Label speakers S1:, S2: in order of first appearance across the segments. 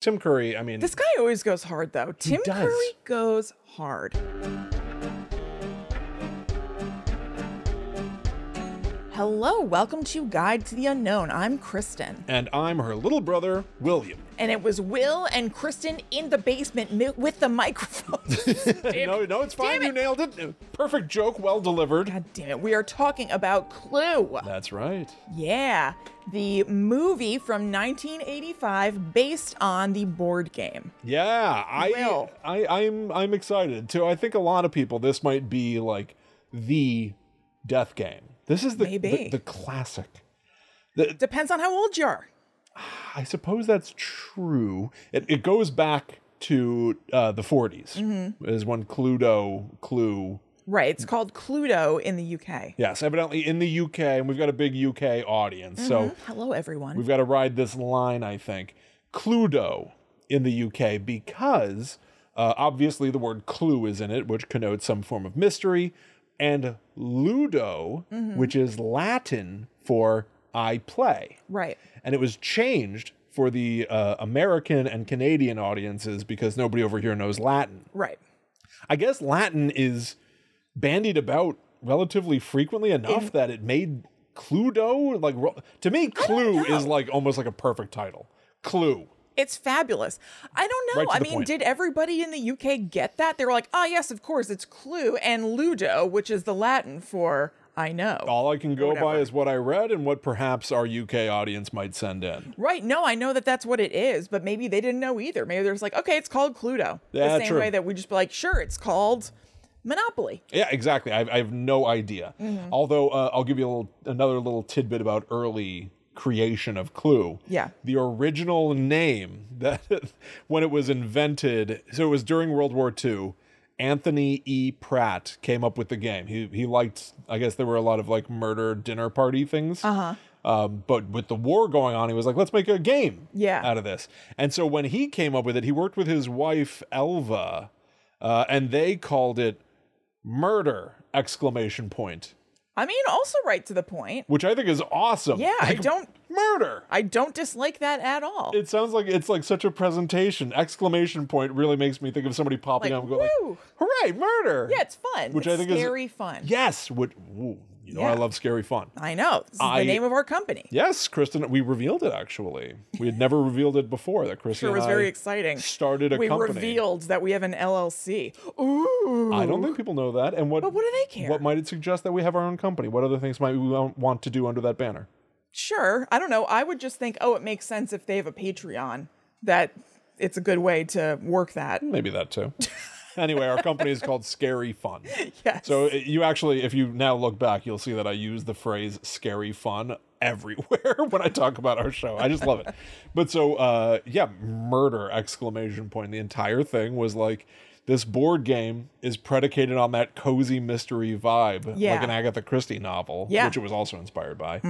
S1: Tim Curry, I mean,
S2: This guy always goes hard though. Tim
S1: does.
S2: Curry goes hard. Hello, welcome to Guide to the Unknown. I'm Kristen.
S1: and I'm her little brother, William.
S2: And it was Will and Kristen in the basement mi- with the microphone.
S1: no, no, it's fine.
S2: Damn
S1: You
S2: it.
S1: nailed it. Perfect joke, well delivered.
S2: God damn it, we are talking about Clue.
S1: That's right.
S2: Yeah, the movie from 1985 based on the board game.
S1: Yeah, I,
S2: Will.
S1: I, I'm, I'm excited too. I think a lot of people, this might be like the death game. This is the the,
S2: Maybe.
S1: the classic.
S2: Depends on how old you are.
S1: I suppose that's true. It, it goes back to uh, the 40s,
S2: Mm-hmm.
S1: is when Cluedo Clue.
S2: Right, it's called Cluedo in the UK.
S1: Yes, evidently in the UK, and we've got a big UK audience,
S2: Mm-hmm.
S1: so
S2: Hello, everyone.
S1: we've got to ride this line. I think Cluedo in the UK because uh, obviously the word clue is in it, which connotes some form of mystery, and Ludo, which is Latin for I play.
S2: Right.
S1: and it was changed for the uh, American and Canadian audiences because nobody over here knows Latin.
S2: Right.
S1: I guess Latin is bandied about relatively frequently enough that it made Cluedo like ro- to me Clue is like almost like a perfect title. Clue.
S2: It's fabulous. I don't know.
S1: Right to
S2: I
S1: the
S2: mean,
S1: point.
S2: did everybody in the UK get that? They were like, oh, yes, of course, it's Clue and Ludo, which is the Latin for I know.
S1: All I can go by
S2: Whatever.
S1: is what I read and what perhaps our UK audience might send in.
S2: Right. No, I know that that's what it is, but maybe they didn't know either. Maybe they're just like, okay, it's called Cluedo.
S1: Yeah,
S2: the same
S1: true.
S2: way that we just be like, sure, it's called Monopoly.
S1: Yeah, exactly. I, I have no idea. Although uh, I'll give you a little, another little tidbit about early creation of Clue.
S2: Yeah.
S1: The original name that when it was invented, so it was during World War II. Anthony E. Pratt came up with the game. He he liked. I guess there were a lot of like murder dinner party things. Uh huh. Um, but with the war going on, he was like, "Let's make a game
S2: Yeah.
S1: out of this." And so when he came up with it, he worked with his wife Elva, uh, and they called it murder exclamation point
S2: I mean, also right to the point.
S1: which i think is awesome
S2: Yeah, I
S1: Like,
S2: don't
S1: murder
S2: I don't dislike that at all.
S1: it sounds like it's like such a presentation exclamation point really makes me think of somebody popping
S2: Like,
S1: up and going like
S2: woo.
S1: hooray murder
S2: yeah, it's fun.
S1: which
S2: it's
S1: I think is-
S2: scary fun.
S1: yes which ooh, you know i
S2: Yeah.
S1: love scary fun
S2: I know. This is
S1: I-
S2: the name of our company.
S1: yes kristen we revealed it actually we had never revealed it before that kristen
S2: Sure, it was
S1: and
S2: very
S1: I
S2: exciting.
S1: started a
S2: we
S1: company
S2: revealed that we have an LLC. Ooh.
S1: I don't think people know that. And what?
S2: But what do they care?
S1: What might it suggest that we have our own company? What other things might we want to do under that banner?
S2: Sure. I don't know. I would just think, oh, it makes sense if they have a Patreon that it's a good way to work that.
S1: Maybe that too. anyway, our company is called Scary Fun.
S2: Yes.
S1: So it- you actually, if you now look back, you'll see that I use the phrase "scary fun" everywhere when I talk about our show. I just love it. But so, uh, yeah, murder exclamation point. The entire thing was like this board game is predicated on that cozy mystery vibe, like
S2: Yeah.
S1: an Agatha Christie novel,
S2: Yeah. Mm-hmm.
S1: which it was also inspired by.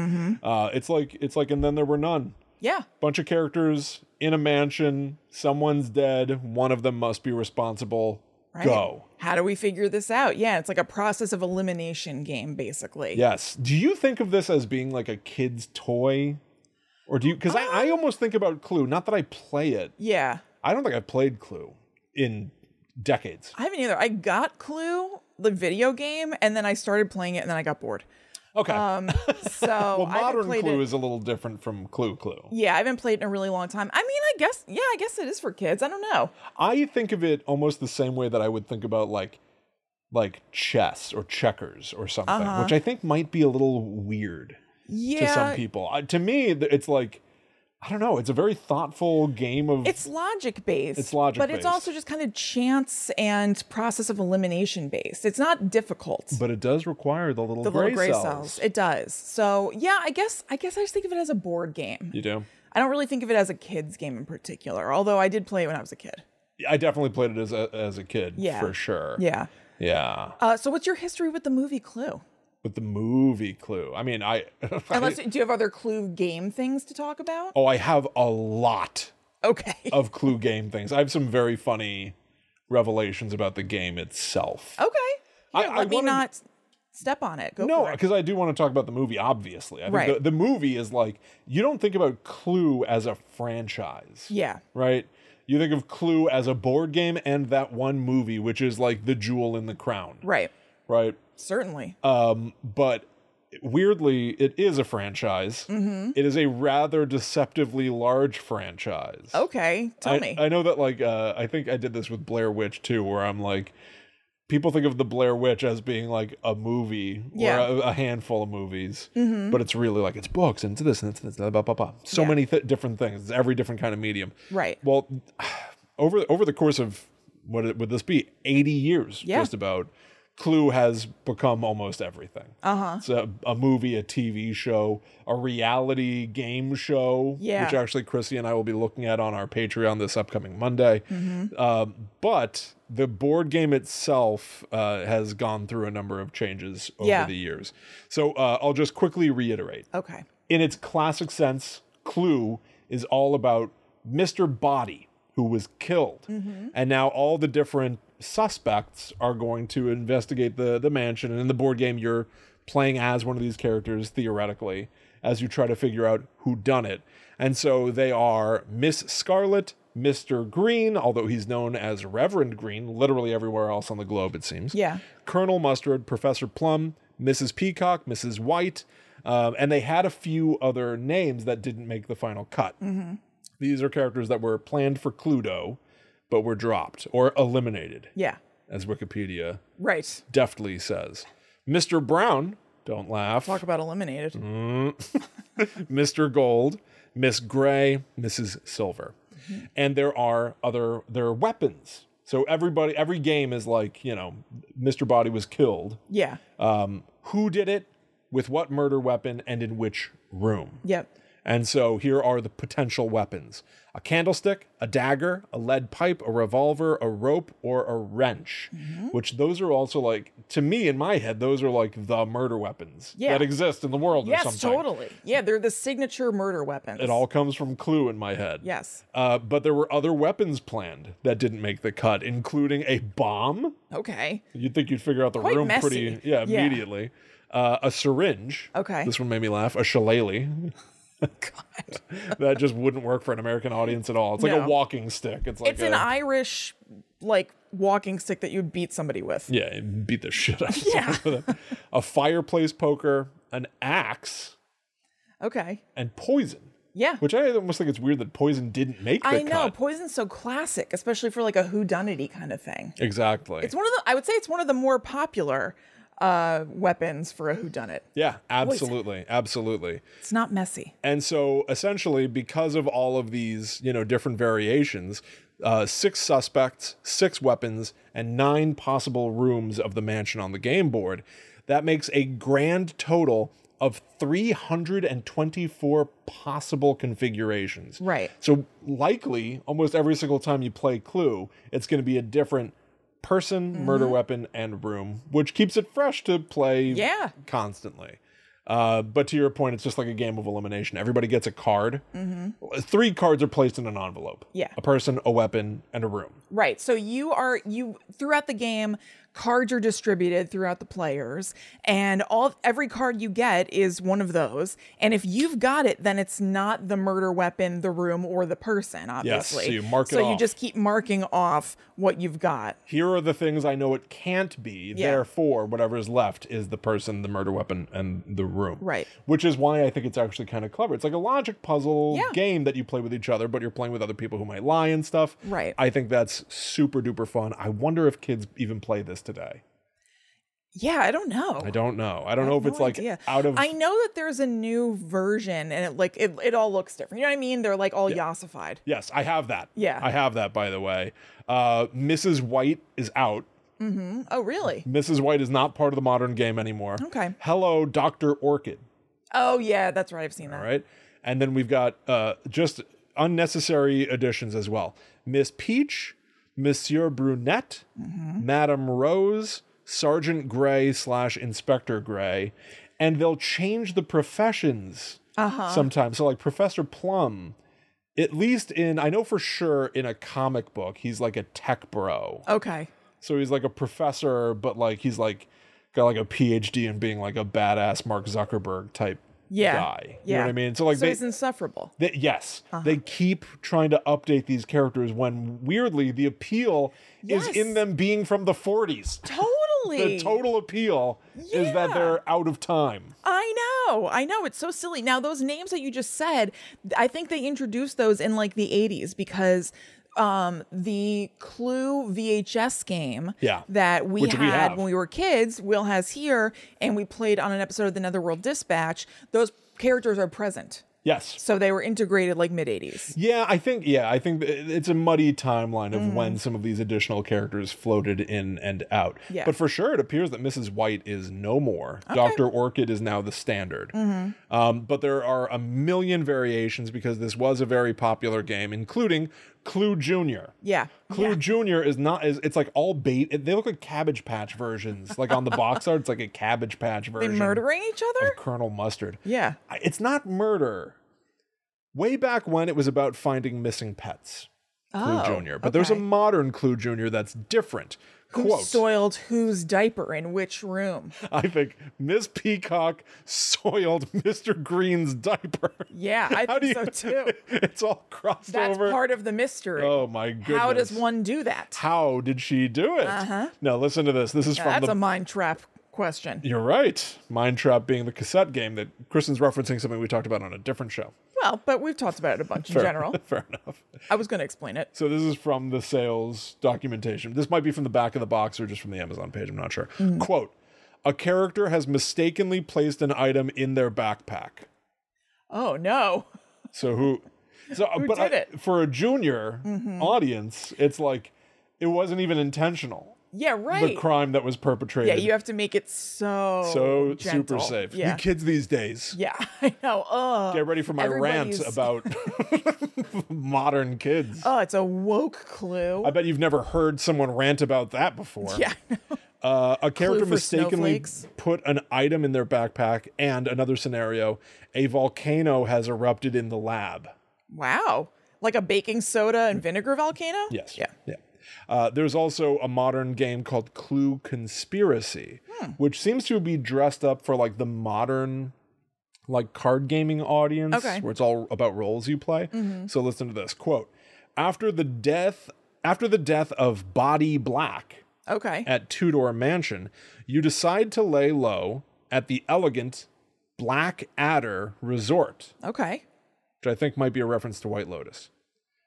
S1: Uh, it's like it's like, and then there were none
S2: yeah.
S1: bunch of characters in a mansion. Someone's dead. One of them must be responsible. Go.
S2: How do we figure this out? Yeah, it's like a process of elimination game, basically.
S1: Yes. Do you think of this as being like a kid's toy? Or do you? Because I, I almost think about Clue. Not that I play it.
S2: Yeah.
S1: I don't think I've played Clue in decades.
S2: I haven't either. I got Clue, the video game, and then I started playing it and then I got bored.
S1: Okay.
S2: Um, so
S1: well,
S2: I haven't
S1: modern
S2: played
S1: Clue
S2: it.
S1: is a little different from Clue Clue.
S2: yeah, I haven't played it in a really long time. I mean, I guess, yeah, I guess it is for kids. I don't know.
S1: I think of it almost the same way that I would think about like like chess or checkers or something, which I think might be a little weird.
S2: Uh-huh. Yeah.
S1: to some people. Uh, to me, th- it's like I don't know. It's a very thoughtful game of.
S2: It's logic based.
S1: It's logic
S2: But it's
S1: based.
S2: also just kind of chance and process of elimination based. It's not difficult.
S1: but it does require the little
S2: the
S1: gray,
S2: little gray cells.
S1: cells.
S2: It does. So yeah, I guess I guess I just think of it as a board game.
S1: You do.
S2: I don't really think of it as a kids game in particular, although I did play it when I was a kid.
S1: I definitely played it as a as a kid.
S2: Yeah.
S1: for sure.
S2: Yeah.
S1: yeah.
S2: Uh, so what's your history with the movie Clue?
S1: With the movie Clue, I mean, I.
S2: Unless do you have other Clue game things to talk about?
S1: oh, I have a lot
S2: Okay.
S1: of Clue game things. I have some very funny revelations about the game itself.
S2: okay.
S1: I-
S2: Here,
S1: I
S2: Oh, let me
S1: wanted-
S2: not step on it. Go
S1: No,
S2: for it.
S1: because I do want to talk about the movie. Obviously, I think
S2: Right.
S1: the, the movie is like you don't think about Clue as a franchise.
S2: Yeah.
S1: right? You think of Clue as a board game and that one movie, which is like the jewel in the crown,
S2: Right.
S1: right?
S2: Certainly.
S1: Uh, But weirdly, it is a franchise. It is a rather deceptively large franchise.
S2: okay. Tell
S1: I,
S2: me.
S1: I know that like uh, I think I did this with Blair Witch too, where I'm like, people think of the Blair Witch as being like a movie
S2: Yeah. Mm-hmm.
S1: or a, a handful of movies, but it's really like it's books and it's this and it's this, blah blah blah. blah. So
S2: Yeah.
S1: many th- different things. It's every different kind of medium.
S2: right.
S1: Well, over over the course of what it- would this be? Eighty years,
S2: Yeah.
S1: just about. Clue has become almost everything. Uh
S2: Uh-huh.
S1: huh. It's a, a movie, a TV show, a reality game show,
S2: Yeah.
S1: which actually Chrissy and I will be looking at on our Patreon this upcoming Monday. Um, but the board game itself uh, has gone through a number of changes over
S2: Yeah.
S1: the years. So uh, I'll just quickly reiterate
S2: Okay.
S1: in its classic sense, Clue is all about Mr. Body, who was killed. And now all the different suspects are going to investigate the, the mansion. And in the board game, you're playing as one of these characters, theoretically, as you try to figure out who done it. And so they are Miss Scarlet, Mr. Green, although he's known as Reverend Green, literally everywhere else on the globe, it seems.
S2: Yeah.
S1: Colonel Mustard, Professor Plum, Mrs. Peacock, Mrs. White, um, and they had a few other names that didn't make the final cut. These are characters that were planned for Cluedo, but were dropped or eliminated,
S2: Yeah.
S1: as Wikipedia
S2: Right.
S1: deftly says. Mr. Brown, don't laugh.
S2: Talk about eliminated.
S1: Mm-hmm. Mr. Gold, Miss Gray, Mrs. Silver. And there are other there are weapons. So everybody every game is like, you know, Mr. Body was killed.
S2: Yeah.
S1: um, who did it, with what murder weapon, and in which room.
S2: Yep.
S1: And so here are the potential weapons a candlestick, a dagger, a lead pipe, a revolver, a rope, or a wrench.
S2: Mm-hmm.
S1: Which those are also like, to me in my head, those are like the murder weapons
S2: Yeah.
S1: that exist in the world or
S2: Yes,
S1: something.
S2: totally. Yeah, they're the signature murder weapons.
S1: It all comes from Clue in my head.
S2: Yes.
S1: Uh, but there were other weapons planned that didn't make the cut, including a bomb.
S2: Okay.
S1: You'd think you'd figure out the
S2: Quite
S1: room
S2: messy.
S1: pretty, yeah,
S2: Yeah.
S1: immediately. Uh, a syringe.
S2: Okay.
S1: This one made me laugh. A shillelagh.
S2: God.
S1: that just wouldn't work for an American audience at all. It's like a
S2: No.
S1: walking stick. It's like
S2: It's
S1: a,
S2: an Irish like walking stick that you'd beat somebody with.
S1: yeah, it'd beat the shit out. of
S2: Yeah.
S1: someone with it. a fireplace poker, an axe,
S2: Okay.
S1: and poison.
S2: Yeah.
S1: Which I almost think it's weird that poison didn't make the
S2: I know.
S1: cut.
S2: Poison's so classic, especially for like a whodunity kind of thing.
S1: Exactly.
S2: It's one of the I would say it's one of the more popular uh weapons for a whodunit.
S1: yeah, absolutely, absolutely.
S2: It's not messy.
S1: And so essentially, because of all of these, you know, different variations, uh, six suspects, six weapons, and nine possible rooms of the mansion on the game board, that makes a grand total of 324 possible configurations.
S2: Right.
S1: So likely, almost every single time you play Clue, it's going to be a different person, murder weapon, and room, which keeps it fresh to play
S2: Yeah.
S1: constantly. Uh, but to your point, it's just like a game of elimination. Everybody gets a card. Three cards are placed in an envelope.
S2: Mm-hmm. Yeah.
S1: A person, a weapon, and a room.
S2: Right. So you are you throughout the game, cards are distributed throughout the players, and all every card you get is one of those. And if you've got it, then it's not the murder weapon, the room, or the person, obviously.
S1: you mark it
S2: So you
S1: off.
S2: just keep marking off what you've got.
S1: Here are the things I know it can't be.
S2: Yeah.
S1: Therefore, whatever is left is the person, the murder weapon, and the room.
S2: Right.
S1: Which is why I think it's actually kind of clever. It's like a logic puzzle
S2: Yeah.
S1: game that you play with each other, but you're playing with other people who might lie and stuff.
S2: Right.
S1: I think that's super duper fun. I wonder if kids even play this today.
S2: Yeah, I don't know.
S1: I don't know. I don't know if it's
S2: no
S1: like
S2: idea.
S1: out of
S2: I know that there's a new version and it like it, it all looks different. You know what I mean? They're like all yassified.
S1: Yes, I have that.
S2: Yeah.
S1: I have that, by the way. Uh, Mrs. White is out.
S2: Oh really?
S1: Mrs. White is not part of the modern game anymore.
S2: Okay.
S1: Hello, Dr. Orchid.
S2: Oh yeah, that's right. I've seen that.
S1: All right. And then we've got uh, just unnecessary additions as well Miss Peach, Monsieur Brunette, Madame Rose, Sergeant Gray slash Inspector Gray. And they'll change the professions sometimes. So, like Professor Plum, at least in, I know for sure in a comic book, he's like a tech bro.
S2: Okay.
S1: So he's like a professor, but like he's like got like a PhD in being like a badass Mark Zuckerberg type
S2: Yeah.
S1: guy. You
S2: yeah.
S1: know what I mean? So like
S2: so Uh-huh.
S1: they,
S2: he's insufferable.
S1: they- yes, they keep trying to update these characters when weirdly the appeal is in
S2: Yes.
S1: them being from the 40s.
S2: Totally.
S1: The total appeal is that
S2: Yeah.
S1: they're out of time.
S2: I know. I know. It's so silly. Now, those names that you just said, th- I think they introduced those in like the 80s because um the clue vhs game
S1: Yeah.
S2: that we
S1: Which
S2: had
S1: we have.
S2: when we were kids will has here and we played on an episode of the netherworld dispatch those characters are present
S1: Yes.
S2: so they were integrated like mid 80s
S1: Yeah, I think yeah, I think th- it's a muddy timeline of
S2: Mm-hmm.
S1: when some of these additional characters floated in and out.
S2: Yeah.
S1: But for sure, it appears that Mrs. White is no more. Doctor Orchid is now the standard.
S2: Mm-hmm.
S1: Um, but there are a million variations because this was a very popular game, including Clue Junior.
S2: yeah
S1: Clue Junior is not is it's like all bait. They look like Cabbage Patch versions. Like on the box art, it's like a Cabbage Patch
S2: they
S1: version. Oh.
S2: murdering each other
S1: Colonel Mustard.
S2: yeah
S1: I- it's not murder. Way back when it was about finding missing pets, Clue
S2: Oh,
S1: Jr. But there's a
S2: okay.
S1: modern Clue Jr. that's different.
S2: who
S1: Quote,
S2: soiled whose diaper in which room
S1: I think Miss Peacock soiled Mr. Green's diaper.
S2: yeah i
S1: How do
S2: think
S1: you
S2: so too
S1: it's all crossed
S2: that's
S1: over.
S2: part of the mystery
S1: oh my goodness.
S2: How does one do that?
S1: How did she do it? Uh-huh. No, listen to this. This is from
S2: That's
S1: the
S2: a mind trap question.
S1: You're right. Mind Trap being the cassette game that Kristen's referencing something we talked about on a different show.
S2: Well, but we've talked about it a bunch in general.
S1: Fair enough.
S2: I was going to explain it.
S1: So this is from the sales documentation. This might be from the back of the box or just from the Amazon page. I'm not sure.
S2: Mm-hmm.
S1: Quote: A character has mistakenly placed an item in their backpack.
S2: Oh no!
S1: So who? So but
S2: did
S1: I-
S2: it? Mm-hmm.
S1: for a junior audience, it's like it wasn't even intentional.
S2: Yeah,
S1: The
S2: right.
S1: crime that was
S2: yeah,
S1: perpetrated.
S2: you have to make it so
S1: so super
S2: gentle.
S1: safe.
S2: Yeah,
S1: You kids these days.
S2: yeah, I know. Oh,
S1: Get ready for my rant
S2: Everybody's-
S1: about modern kids.
S2: oh, it's a woke clue.
S1: I bet you've never heard someone rant about that before.
S2: yeah,
S1: Uh, a character
S2: for
S1: mistakenly
S2: snowflakes.
S1: put an item in their backpack, and another scenario: a volcano has erupted in the lab.
S2: wow, like a baking soda and vinegar volcano.
S1: Yes.
S2: Yeah.
S1: Yeah. Uh, there's also a modern game called Clue Conspiracy,
S2: Hmm.
S1: which seems to be dressed up for like the modern, like card gaming audience,
S2: Okay. Mm-hmm.
S1: where it's all about roles you play. So listen to this quote: After the death, after the death of Body Black,
S2: Okay.
S1: at Tudor Mansion, you decide to lay low at the elegant Black Adder Resort,
S2: okay.
S1: which I think might be a reference to White Lotus.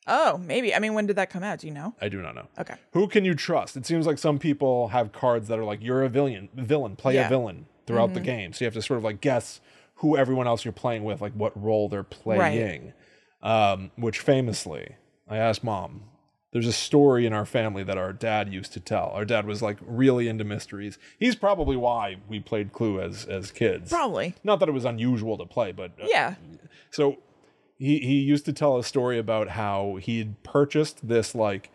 S2: Oh, maybe. I mean, when did that come out? Do you know?
S1: I do not know.
S2: Okay.
S1: Who can you trust? It seems like some people have cards that are like you're a villain, villain, play a
S2: Yeah.
S1: villain throughout the game. So you have to sort of like guess who everyone else you're playing with, like what role they're playing. Um, which famously, I asked mom. There's a story in our family that our dad used to tell. Our dad was like really into mysteries. He's probably why we played Clue as as kids.
S2: Probably.
S1: Not that it was unusual to play, but uh,
S2: Yeah.
S1: so he he used to tell a story about how he had purchased this like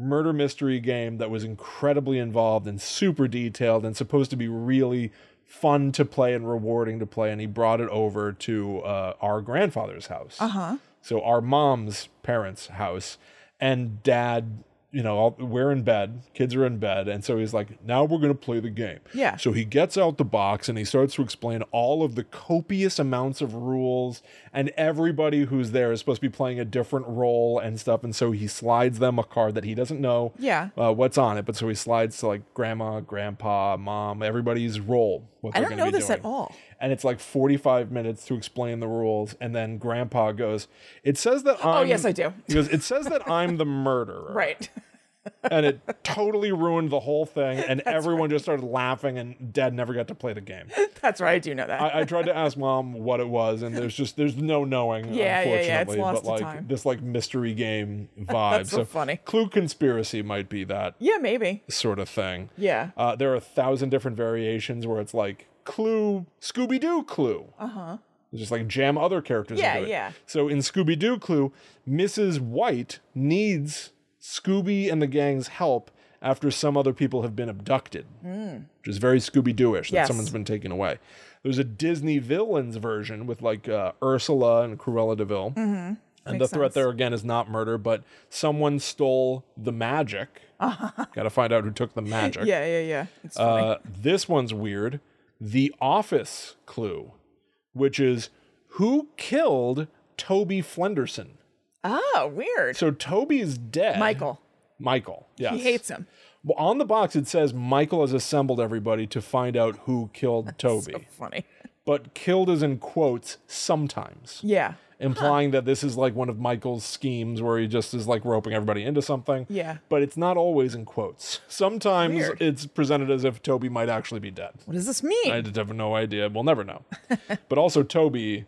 S1: murder mystery game that was incredibly involved and super detailed and supposed to be really fun to play and rewarding to play and he brought it over to uh, our grandfather's house uh-huh so our mom's parents house and dad you know all, we're in bed kids are in bed and so he's like now we're going to play the game
S2: Yeah.
S1: so he gets out the box and he starts to explain all of the copious amounts of rules, and everybody who's there is supposed to be playing a different role and stuff. And so he slides them a card that he doesn't know
S2: Yeah.
S1: uh, what's on it, but so he slides to like grandma, grandpa, mom, everybody's role. What
S2: I
S1: they're
S2: don't
S1: gonna
S2: know
S1: be
S2: this at
S1: doing.
S2: all.
S1: And it's like 45 minutes to explain the rules, and then grandpa goes, "It says that I'm."
S2: Oh, yes, I do.
S1: He goes, "It says that I'm the murderer."
S2: Right.
S1: and it totally ruined the whole thing and everyone just started laughing and dad never got to play the game
S2: That's right. I do know that.
S1: I, I tried to ask mom what it was and there's just there's no knowing
S2: Yeah, yeah,
S1: unfortunately
S2: yeah, it's lost
S1: but
S2: to
S1: like
S2: time.
S1: this like mystery game vibe
S2: so funny.
S1: clue conspiracy might be that
S2: yeah, maybe.
S1: sort of thing
S2: Yeah.
S1: uh, there are a thousand different variations where it's like clue scooby-doo clue uh-huh just like jam other characters
S2: Yeah,
S1: into it.
S2: yeah.
S1: so in scooby-doo clue mrs white needs scooby and the gang's help after some other people have been abducted which is very scooby-doo-ish that
S2: Hmm. Yes.
S1: someone's been taken away there's a disney villains version with like uh, ursula and cruella deville
S2: Mm-hmm.
S1: and the
S2: Makes
S1: threat
S2: sense.
S1: there again is not murder but someone stole the magic gotta find out who took the magic
S2: Yeah, yeah, yeah. It's funny.
S1: uh, this one's weird. The office clue, which is who killed Toby Flenderson?
S2: Oh, weird.
S1: So Toby is dead.
S2: Michael.
S1: Michael. Yes.
S2: He hates him.
S1: Well, on the box it says Michael has assembled everybody to find out who killed Toby.
S2: So funny.
S1: But killed is in quotes sometimes,
S2: Yeah.
S1: implying that this is like one of Michael's schemes where he just is like roping everybody into something.
S2: Yeah.
S1: But it's not always in quotes. Sometimes
S2: Weird.
S1: it's presented as if Toby might actually be dead.
S2: What does this mean?
S1: I just have no idea. We'll never know. but also, Toby,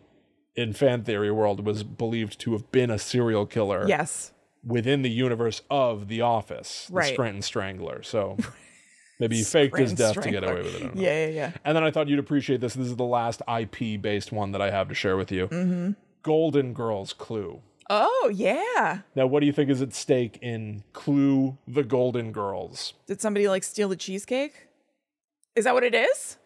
S1: in fan theory world, was believed to have been a serial killer
S2: yes.
S1: within the universe of The Office, the
S2: Right.
S1: Scranton Strangler. So maybe he faked his
S2: Scranton
S1: death to get
S2: Strangler.
S1: away with it. I don't know.
S2: Yeah, yeah, yeah.
S1: And then I thought you'd appreciate this. This is the last IP based one that I have to share with you
S2: Mm-hmm.
S1: Golden Girls Clue.
S2: Oh, yeah.
S1: Now, what do you think is at stake in Clue the Golden Girls?
S2: Did somebody like steal the cheesecake? Is that what it is?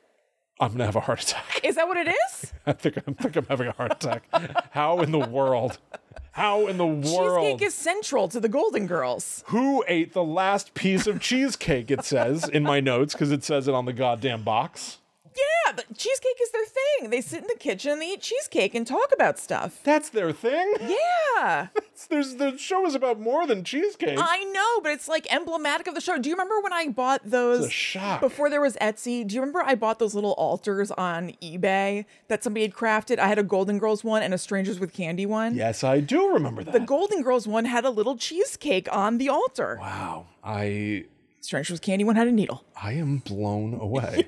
S1: I'm going to have a heart attack.
S2: Is that what it is?
S1: I think, I think I'm having a heart attack. How in the world? How in the world?
S2: Cheesecake is central to the Golden Girls.
S1: Who ate the last piece of cheesecake? It says in my notes because it says it on the goddamn box.
S2: Yeah, but cheesecake is their thing. They sit in the kitchen and they eat cheesecake and talk about stuff.
S1: That's their thing.
S2: Yeah.
S1: There's the show is about more than cheesecake.
S2: I know, but it's like emblematic of the show. Do you remember when I bought those
S1: a shock.
S2: before there was Etsy? Do you remember I bought those little altars on eBay that somebody had crafted? I had a Golden Girls one and a Strangers with Candy one.
S1: yes, I do remember that.
S2: The Golden Girls one had a little cheesecake on the altar.
S1: wow, I
S2: Strangers with Candy one had a needle.
S1: I am blown away.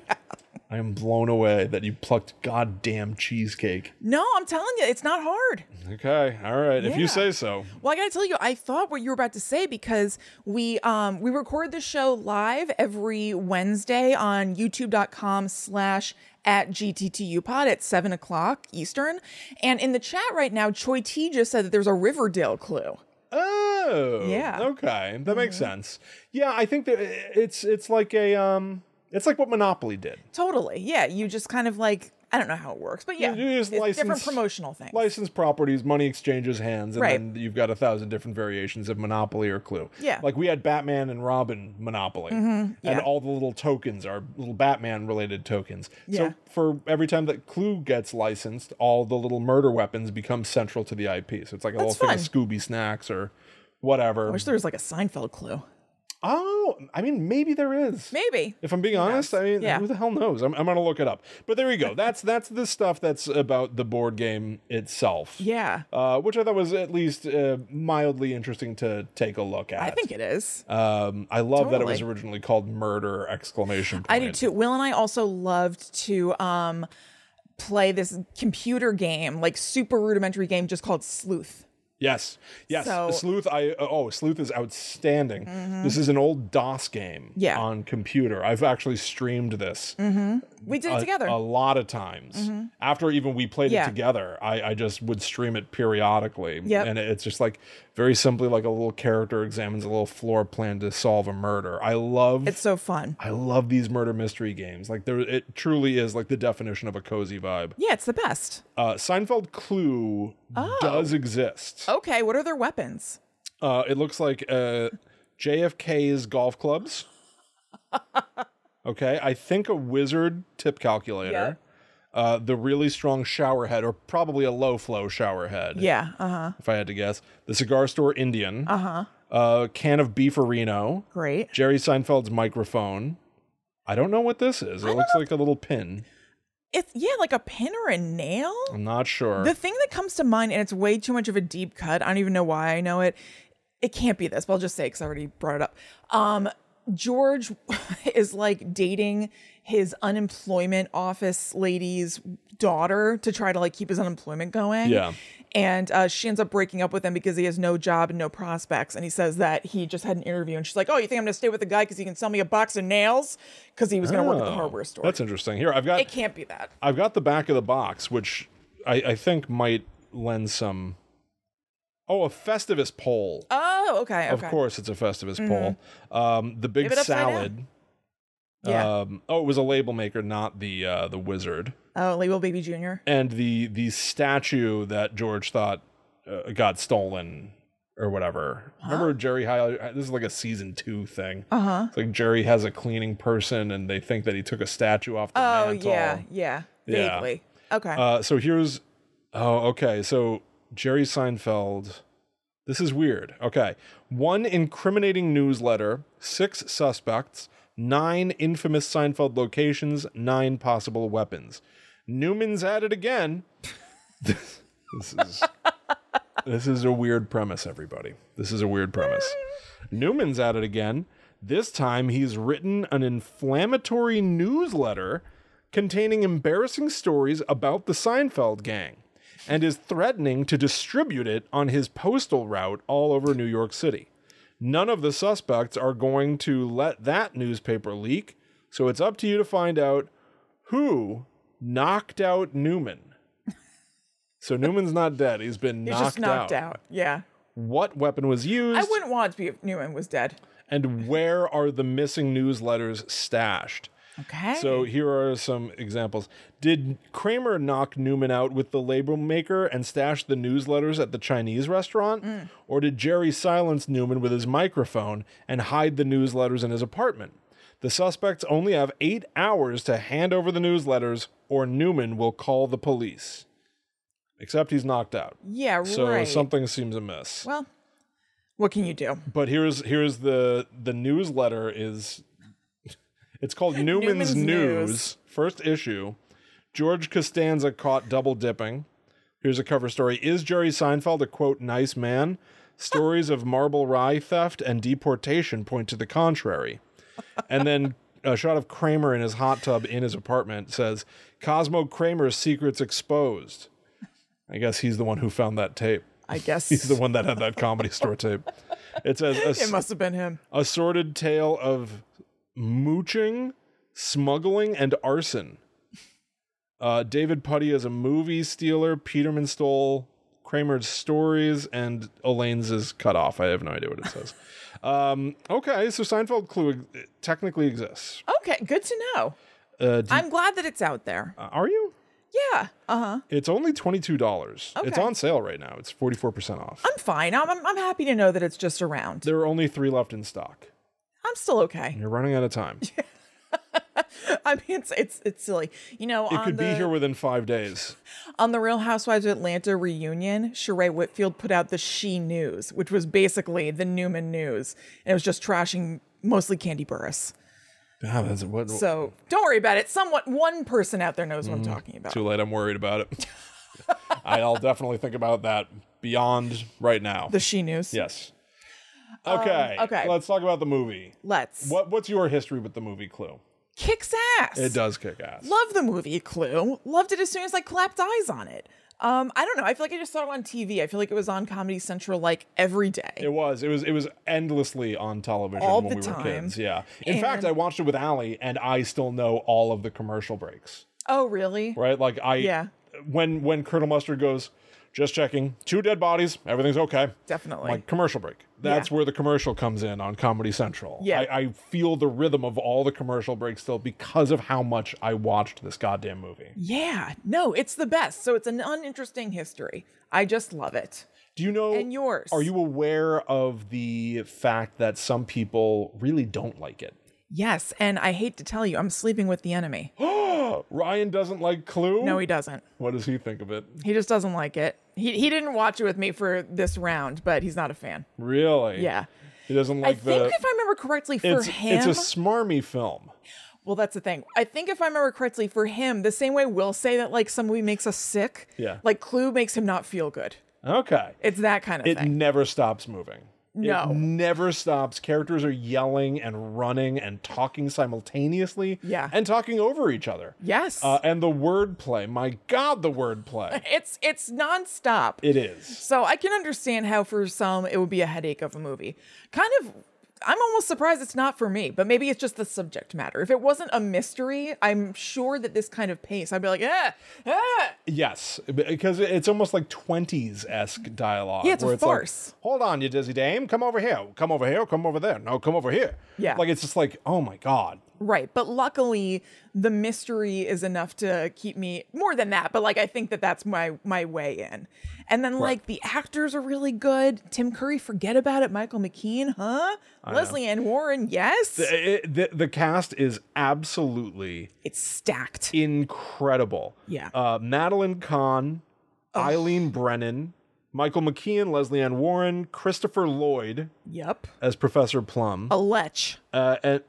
S1: I am blown away that you plucked goddamn cheesecake.
S2: No, I'm telling you, it's not hard.
S1: Okay, all right, if
S2: Yeah.
S1: you say so.
S2: Well, I gotta tell you, I thought what you were about to say because we um we record the show live every Wednesday on youtube.com slash at GTTU pod at seven o'clock Eastern. And in the chat right now, Choi T just said that there's a Riverdale clue.
S1: Oh.
S2: Yeah. Mm-hmm.
S1: Okay. That makes sense. Yeah, I think that it's it's like a um it's like what Monopoly did.
S2: Totally. Yeah. You just kind of like I don't know how it works, but yeah.
S1: You just
S2: it's different
S1: license-
S2: promotional things.
S1: Licensed properties, money exchanges hands, and
S2: Right.
S1: then you've got a thousand different variations of Monopoly or Clue.
S2: Yeah. Mm-hmm,
S1: Like we had Batman and Robin Monopoly.
S2: yeah.
S1: And all the little tokens are little Batman related tokens.
S2: Yeah.
S1: So for every time that Clue gets licensed, all the little murder weapons become central to the IP. So it's like a little
S2: fun.
S1: thing of Scooby Snacks or whatever.
S2: I wish there was like a Seinfeld clue.
S1: oh, I mean, maybe there is.
S2: Maybe.
S1: If I'm being honest, I mean,
S2: Yeah.
S1: who the hell knows? I'm, I'm gonna look it up. But there we go. That's that's the stuff that's about the board game itself.
S2: Yeah.
S1: Uh, which I thought was at least uh, mildly interesting to take a look at.
S2: I think it is.
S1: Um, I love that it was
S2: Totally.
S1: originally called Murder! Exclamation point.
S2: I do too. Will and I also loved to um play this computer game, like super rudimentary game just called Sleuth.
S1: Yes, yes.
S2: So- Mm-hmm.
S1: Sleuth. I oh, Sleuth is outstanding. This is an old DOS game.
S2: Yeah.
S1: On computer, I've actually streamed this.
S2: We did it together. Mm-hmm.
S1: a lot of times after even we played
S2: Yeah.
S1: it together I, I just would stream it periodically
S2: Yep.
S1: and it's just like very simply like a little character examines a little floor plan to solve a murder i love
S2: it's so fun.
S1: i love these murder mystery games like there it truly is like the definition of a cozy vibe
S2: Yeah, it's the best.
S1: uh seinfeld clue
S2: Oh.
S1: does exist
S2: Okay, what are their weapons?
S1: uh it looks like uh jfk's golf clubs okay i think a wizard tip calculator
S2: Yeah.
S1: uh, the really strong shower head, or probably a low flow shower head,
S2: Yeah, uh-huh.
S1: if I had to guess. The cigar store Indian, uh-huh. a can of beefarino,
S2: Great.
S1: Jerry Seinfeld's microphone. I don't know what this is. It looks like a little pin.
S2: It's yeah, like a pin or a nail.
S1: I'm not sure.
S2: The thing that comes to mind, and it's way too much of a deep cut. I don't even know why I know it. It can't be this, but I'll just say because I already brought it up. Um, George is like dating his unemployment office lady's daughter to try to like keep his unemployment going.
S1: Yeah.
S2: And uh, she ends up breaking up with him because he has no job and no prospects. And he says that he just had an interview, and she's like, "Oh, you think I'm gonna stay with the guy because he can sell me a box of nails? Because he was gonna work at the
S1: Oh,
S2: hardware store.
S1: That's interesting. Here, I've got
S2: it can't be that.
S1: I've got the back of the box, which I, I think might lend some. Oh, a Festivus pole.
S2: Oh, okay,
S1: Of
S2: okay. Mm-hmm.
S1: course, it's a Festivus pole. Um, the big
S2: Give it upside down.
S1: salad.
S2: Yeah.
S1: Um, oh, it was a label maker, not the uh, the wizard.
S2: oh, Label Baby Junior.
S1: and the the statue that George thought uh, got stolen or whatever. Remember Jerry High? This is like a season two thing. Uh
S2: Uh-huh.
S1: huh. It's like Jerry has a cleaning person, and they think that he took a statue off the
S2: Oh
S1: mantle.
S2: yeah, yeah,
S1: Yeah.
S2: vaguely. Okay.
S1: Uh, so here's, oh, okay. So Jerry Seinfeld, this is weird. Okay. One incriminating newsletter, six suspects, nine infamous Seinfeld locations, nine possible weapons. Newman's at it again. this, this is. This is a weird premise, everybody. This is a weird premise. Newman's at it again. This time he's written an inflammatory newsletter containing embarrassing stories about the Seinfeld gang and is threatening to distribute it on his postal route all over New York City. None of the suspects are going to let that newspaper leak, so it's up to you to find out who knocked out Newman. So Newman's not dead. He's been
S2: He's
S1: knocked,
S2: just knocked out. Yeah.
S1: What weapon was used?
S2: I wouldn't want it to be if Newman was dead.
S1: and where are the missing newsletters stashed?
S2: Okay.
S1: So here are some examples. Did Kramer knock Newman out with the label maker and stash the newsletters at the Chinese restaurant? Or did Jerry silence Newman with his microphone and hide the newsletters in his apartment? The suspects only have eight hours to hand over the newsletters, or Newman will call the police. Except he's knocked out.
S2: yeah,
S1: So
S2: right.
S1: something seems amiss.
S2: well, what can you do?
S1: But here's here's the the newsletter is it's called Newman's,
S2: Newman's
S1: News.
S2: News.
S1: first issue. George Costanza caught double dipping. Here's a cover story. Is Jerry Seinfeld a quote nice man? Stories of marble rye theft and deportation point to the contrary. And then a shot of Kramer in his hot tub in his apartment says, Cosmo Kramer's secrets exposed. I guess he's the one who found that tape.
S2: I guess
S1: He's the one that had that comedy store tape. It says a,
S2: it must have been him.
S1: a sordid tale of mooching, smuggling, and arson. Uh, David Putty is a movie stealer. Peterman stole Kramer's stories, and Elaine's is cut off. I have no idea what it says. um, okay, so Seinfeld clue ex- technically exists.
S2: Okay, good to know.
S1: Uh, do-
S2: I'm glad that it's out there.
S1: are you?
S2: Yeah. Uh huh.
S1: It's only twenty two dollars. It's
S2: Okay.
S1: on sale right now. It's forty four percent off.
S2: I'm fine. I'm, I'm I'm happy to know that it's just around.
S1: There are only three left in stock.
S2: I'm still okay.
S1: You're running out of time.
S2: I mean, it's it's it's silly. You know,
S1: It
S2: on
S1: could
S2: the
S1: be here within five days.
S2: on the Real Housewives of Atlanta reunion, Sheree Whitfield put out the She News, which was basically the Newman News, and it was just trashing mostly Candy Burris.
S1: God, that's what.
S2: So don't worry about it. Someone, one person out there knows what
S1: Mm-hmm.
S2: I'm talking about.
S1: Too late. I'm worried about it. I'll definitely think about that beyond right now.
S2: The She News.
S1: yes. Okay.
S2: okay.
S1: Let's talk about the movie.
S2: Let's
S1: What What's your history with the movie Clue?
S2: kicks ass.
S1: It does kick ass.
S2: Love the movie Clue. Loved it as soon as I clapped eyes on it. Um, I don't know. I feel like I just saw it on TV. I feel like it was on Comedy Central like every day.
S1: It was. It was. It was endlessly on television
S2: All
S1: when
S2: the
S1: we were
S2: time.
S1: kids. Yeah. In fact,
S2: And-
S1: I watched it with Allie, and I still know all of the commercial breaks.
S2: oh, really?
S1: Right. Like I.
S2: Yeah.
S1: When When Colonel Mustard goes, just checking. Two dead bodies. Everything's okay.
S2: Definitely.
S1: like commercial break. That's where the commercial comes in on Comedy Central.
S2: Yeah.
S1: I, I feel the rhythm of all the commercial breaks still because of how much I watched this goddamn movie.
S2: yeah. No, it's the best. So it's an uninteresting history. I just love it.
S1: Do you know?
S2: And yours.
S1: Are you aware of the fact that some people really don't like it?
S2: Yes. And I hate to tell you, I'm sleeping with the enemy.
S1: Ryan doesn't like Clue.
S2: No, he doesn't.
S1: What does he think of it?
S2: He just doesn't like it. He, he didn't watch it with me for this round, but he's not a fan.
S1: Really?
S2: Yeah.
S1: He doesn't
S2: I
S1: like
S2: think
S1: the.
S2: if I remember correctly, for
S1: it's
S2: him,
S1: it's a smarmy film.
S2: Well, that's the thing. I think if I remember correctly, for him, the same way Will say that like some movie makes us sick.
S1: Yeah.
S2: Like Clue makes him not feel good.
S1: Okay.
S2: It's that kind of
S1: It
S2: thing.
S1: never stops moving.
S2: No.
S1: It never stops. Characters are yelling and running and talking simultaneously.
S2: Yeah.
S1: And talking over each other.
S2: Yes.
S1: Uh, and the wordplay. My God, the wordplay.
S2: it's it's nonstop.
S1: It is.
S2: so I can understand how for some it would be a headache of a movie. Kind of I'm almost surprised it's not for me, but maybe it's just the subject matter. If it wasn't a mystery, I'm sure that this kind of pace, I'd be like, eh, eh.
S1: Yes. Because it's almost like 20s esque dialogue.
S2: Yeah, it's a
S1: where like,
S2: farce.
S1: Hold on, you dizzy dame. Come over here. Come over here. Come over there. No, come over here.
S2: Yeah.
S1: Like it's just like, oh my God.
S2: Right. But luckily, the mystery is enough to keep me more than that. But like, I think that that's my my way in. And then like the actors are really good. Tim Curry, forget about it. Michael McKean, huh? Leslie Ann Warren, yes.
S1: It- the, the cast is absolutely
S2: it's
S1: E
S2: stacked.
S1: incredible.
S2: Yeah.
S1: Uh, Madeline Kahn, Eileen Brennan, Michael McKean, Leslie Ann Warren, Christopher Lloyd
S2: Yep.
S1: as Professor Plum.
S2: A lech.
S1: Uh, and,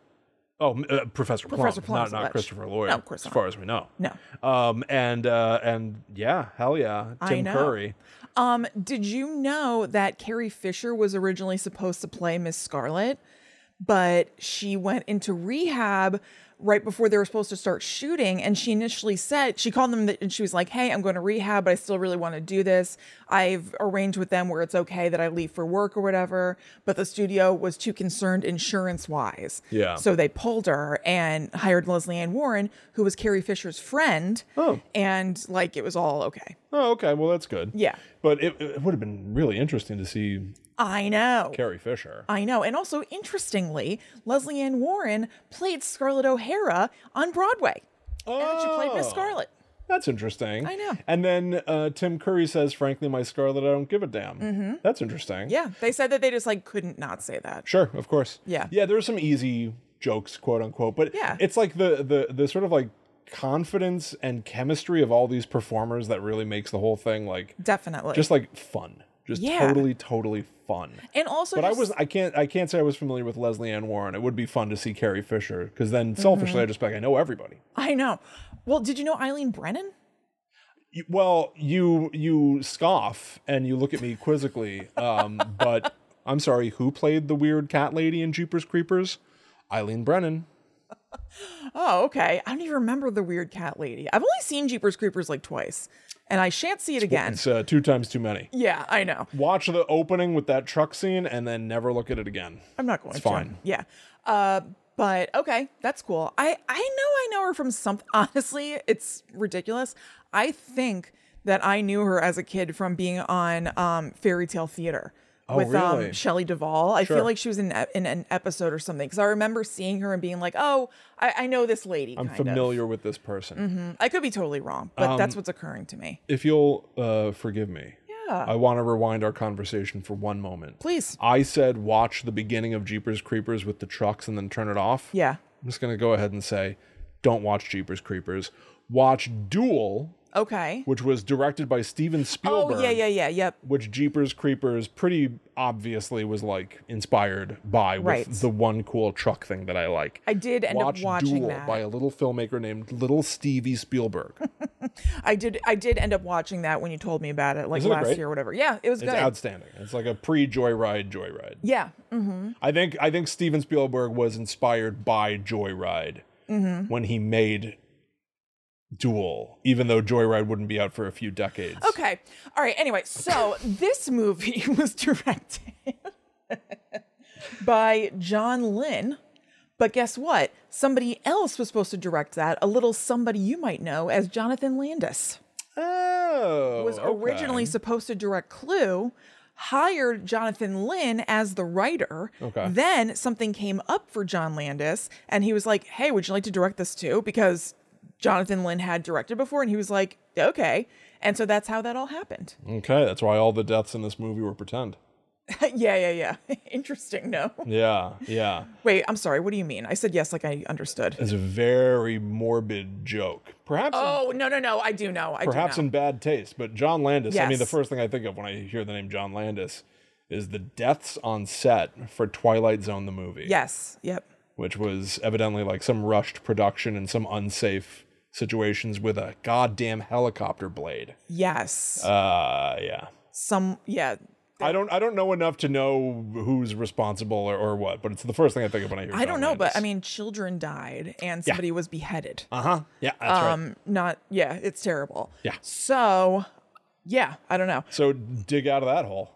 S1: oh, m- uh, Professor,
S2: Professor
S1: Plum,
S2: Plum's
S1: not, not
S2: Lodge.
S1: Christopher Lloyd.
S2: No, of course
S1: as
S2: not.
S1: far as we know.
S2: No.
S1: Um, and uh, and yeah, hell yeah,
S2: I
S1: Tim
S2: know.
S1: Curry.
S2: Um, did you know that Carrie Fisher was originally supposed to play Miss Scarlet, but she went into rehab right before they were supposed to start shooting and she initially said she called them that, and she was like, "Hey, I'm going to rehab, but I still really want to do this. I've arranged with them where it's okay that I leave for work or whatever." But the studio was too concerned insurance-wise.
S1: Yeah.
S2: So they pulled her and hired Leslie Ann Warren, who was Carrie Fisher's friend.
S1: Oh.
S2: And like it was all okay.
S1: Oh, okay. Well, that's good.
S2: Yeah.
S1: But it, it would have been really interesting to see
S2: I know.
S1: Carrie Fisher.
S2: I know. And also, interestingly, Leslie Ann Warren played Scarlett O'Hara on Broadway. And she played Miss
S1: Oh.
S2: Scarlet.
S1: That's interesting.
S2: I know.
S1: And then uh, Tim Curry says, "Frankly, my Scarlet, I don't give a damn." Mm-hmm. That's interesting.
S2: Yeah. They said that they just like couldn't not say that.
S1: Sure, of course.
S2: Yeah.
S1: Yeah, there's some easy jokes, quote unquote, but
S2: Yeah.
S1: it's like the the the sort of like confidence and chemistry of all these performers that really makes the whole thing like
S2: Definitely.
S1: just like fun. Just
S2: Yeah.
S1: totally totally fun.
S2: and also,
S1: But I
S2: just,
S1: was I can't I can't say I was familiar with Leslie Ann Warren. It would be fun to see Carrie Fisher cuz then selfishly
S2: Mm-hmm.
S1: I just be like I know everybody.
S2: I know. Well, did you know Eileen Brennan?
S1: You- Well, you you scoff and you look at me quizzically, um, but I'm sorry. Who played the weird cat lady in Jeepers Creepers? Eileen Brennan.
S2: Oh, okay. I don't even remember the weird cat lady. I've only seen Jeepers Creepers like twice, and I shan't see it again.
S1: It's uh, two times too many.
S2: Yeah, I know.
S1: Watch the opening with that truck scene and then never look at it again.
S2: I'm not going
S1: It's
S2: to.
S1: fine.
S2: Yeah. Uh, but okay, that's cool. I I know I know her from something. Honestly, it's ridiculous. I think that I knew her as a kid from being on um, Fairy Tale Theater with
S1: Oh, really?
S2: um, Shelley Duvall. I
S1: Sure.
S2: feel like she was in, a- in an episode or something because I remember seeing her and being like, "Oh, I, I know this lady."
S1: I'm
S2: kind
S1: familiar Um, with this person.
S2: Of. I could be totally wrong, but that's what's occurring to me.
S1: If you'll uh, forgive me,
S2: Yeah.
S1: I want to rewind our conversation for one moment.
S2: Please.
S1: I said watch the beginning of Jeepers Creepers with the trucks and then turn it off.
S2: Yeah.
S1: I'm just going to go ahead and say don't watch Jeepers Creepers. Watch Duel,
S2: Okay.
S1: which was directed by Steven Spielberg.
S2: Oh yeah, yeah, yeah, yep.
S1: Which Jeepers Creepers pretty obviously was like inspired by with
S2: Right.
S1: the one cool truck thing that I like.
S2: I did end
S1: Watch
S2: up watching
S1: Duel
S2: that.
S1: by a little filmmaker named Little Stevie Spielberg.
S2: I did. I did end up watching that when you told me about it, like
S1: Isn't it
S2: last
S1: great?
S2: year or whatever. Yeah, it was
S1: It's
S2: good.
S1: outstanding. It's like a pre-Joyride Joyride.
S2: yeah, mm,
S1: I think I think Steven Spielberg was inspired by Joyride
S2: Mm-hmm.
S1: when he made Duel, even though Joyride wouldn't be out for a few decades.
S2: okay. All right. Anyway, so this movie was directed by John Lynn, but guess what? Somebody else was supposed to direct that. A little somebody you might know as Jonathan Landis
S1: Oh,
S2: was
S1: okay.
S2: originally supposed to direct Clue. Hired Jonathan Lynn as the writer.
S1: Okay.
S2: Then something came up for John Landis, and he was like, "Hey, would you like to direct this too?" Because Jonathan Lynn had directed before, and he was like, "Okay." And so that's how that all happened.
S1: okay. That's why all the deaths in this movie were pretend.
S2: yeah, yeah, yeah. Interesting. No,
S1: Yeah, yeah.
S2: wait. I'm sorry. What do you mean? I said yes, like I understood.
S1: It's a very morbid joke. Perhaps
S2: Oh no, no, no. I do know. I
S1: perhaps
S2: do know.
S1: in bad taste, but John Landis. I mean, the
S2: Yes.
S1: first thing I think of when I hear the name John Landis is the deaths on set for Twilight Zone the movie.
S2: yes. Yep.
S1: which was evidently like some rushed production and some unsafe situations with a goddamn helicopter blade.
S2: Yes.
S1: Uh, yeah.
S2: Some. Yeah.
S1: I don't. I don't know enough to know who's responsible or, or what, but it's the first thing I think of when I hear.
S2: I don't know, but I mean, children died and somebody was beheaded.
S1: Uh huh. Yeah, that's right.
S2: um not yeah it's terrible
S1: Yeah.
S2: so yeah i don't know
S1: So dig out of that hole.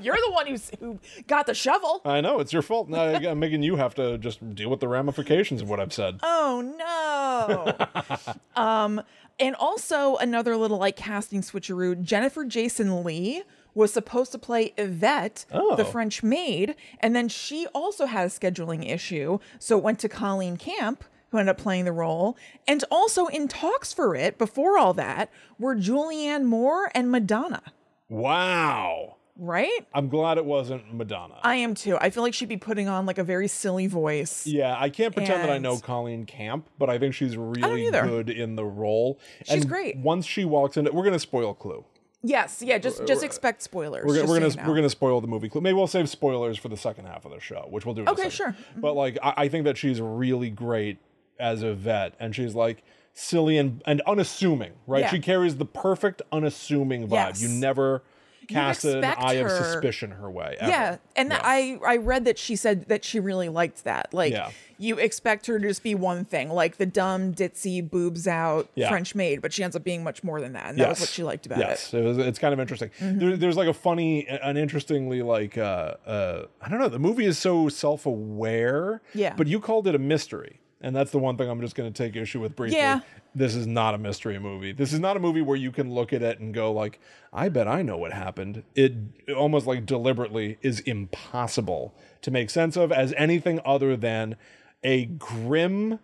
S2: you're the one who's, who got the shovel
S1: I know it's your fault. Now I'm making you have to just deal with the ramifications of what I've
S2: Uh,
S1: said.
S2: oh no um and also another little like casting switcheroo jennifer jason lee was supposed to play Yvette,
S1: Oh.
S2: the French maid, and then she also had a scheduling issue, so it went to Colleen Camp, who ended up playing the role. And also in talks for it before all that were Julianne Moore and Madonna,
S1: Wow.
S2: right?
S1: I'm glad it wasn't Madonna.
S2: I am too. I feel like she'd be putting on like a very silly voice.
S1: yeah, I can't pretend that I know
S2: And-
S1: Colleen Camp, but I think she's really
S2: either.
S1: good in the role.
S2: She's
S1: and
S2: great.
S1: Once she walks in, we're gonna spoil Clue.
S2: Yes, yeah, just just expect spoilers.
S1: Uh, We're, gonna- we're
S2: just so
S1: gonna
S2: you know.
S1: we're gonna spoil the movie Clue. Maybe we'll save spoilers for the second half of the show, which we'll do. In a
S2: Okay,
S1: second.
S2: sure. Mm-hmm.
S1: But like, I, I think that she's really great as a vet, and she's like silly and and unassuming, right?
S2: Yeah.
S1: She carries the perfect unassuming vibe. You
S2: Yes.
S1: never cast an
S2: expect
S1: eye of
S2: her-
S1: suspicion her way. ever.
S2: Yeah, and that I I read that she said that she really liked that. Like
S1: Yeah.
S2: you expect her to just be one thing, like the dumb, ditzy, boobs out
S1: Yeah.
S2: French maid, but she ends up being much more than that, and that was what she liked about it. Mm-hmm.
S1: yes. it. was, it's kind of interesting. There, there's like a funny, an interestingly like uh, uh, I don't know. The movie is so self aware.
S2: Yeah.
S1: But you called it a mystery, and that's the one thing I'm just going to take issue with briefly.
S2: Yeah.
S1: This is not a mystery movie. This is not a movie where you can look at it and go like, I bet I know what happened. It almost like deliberately is impossible to make sense of as anything other than a grim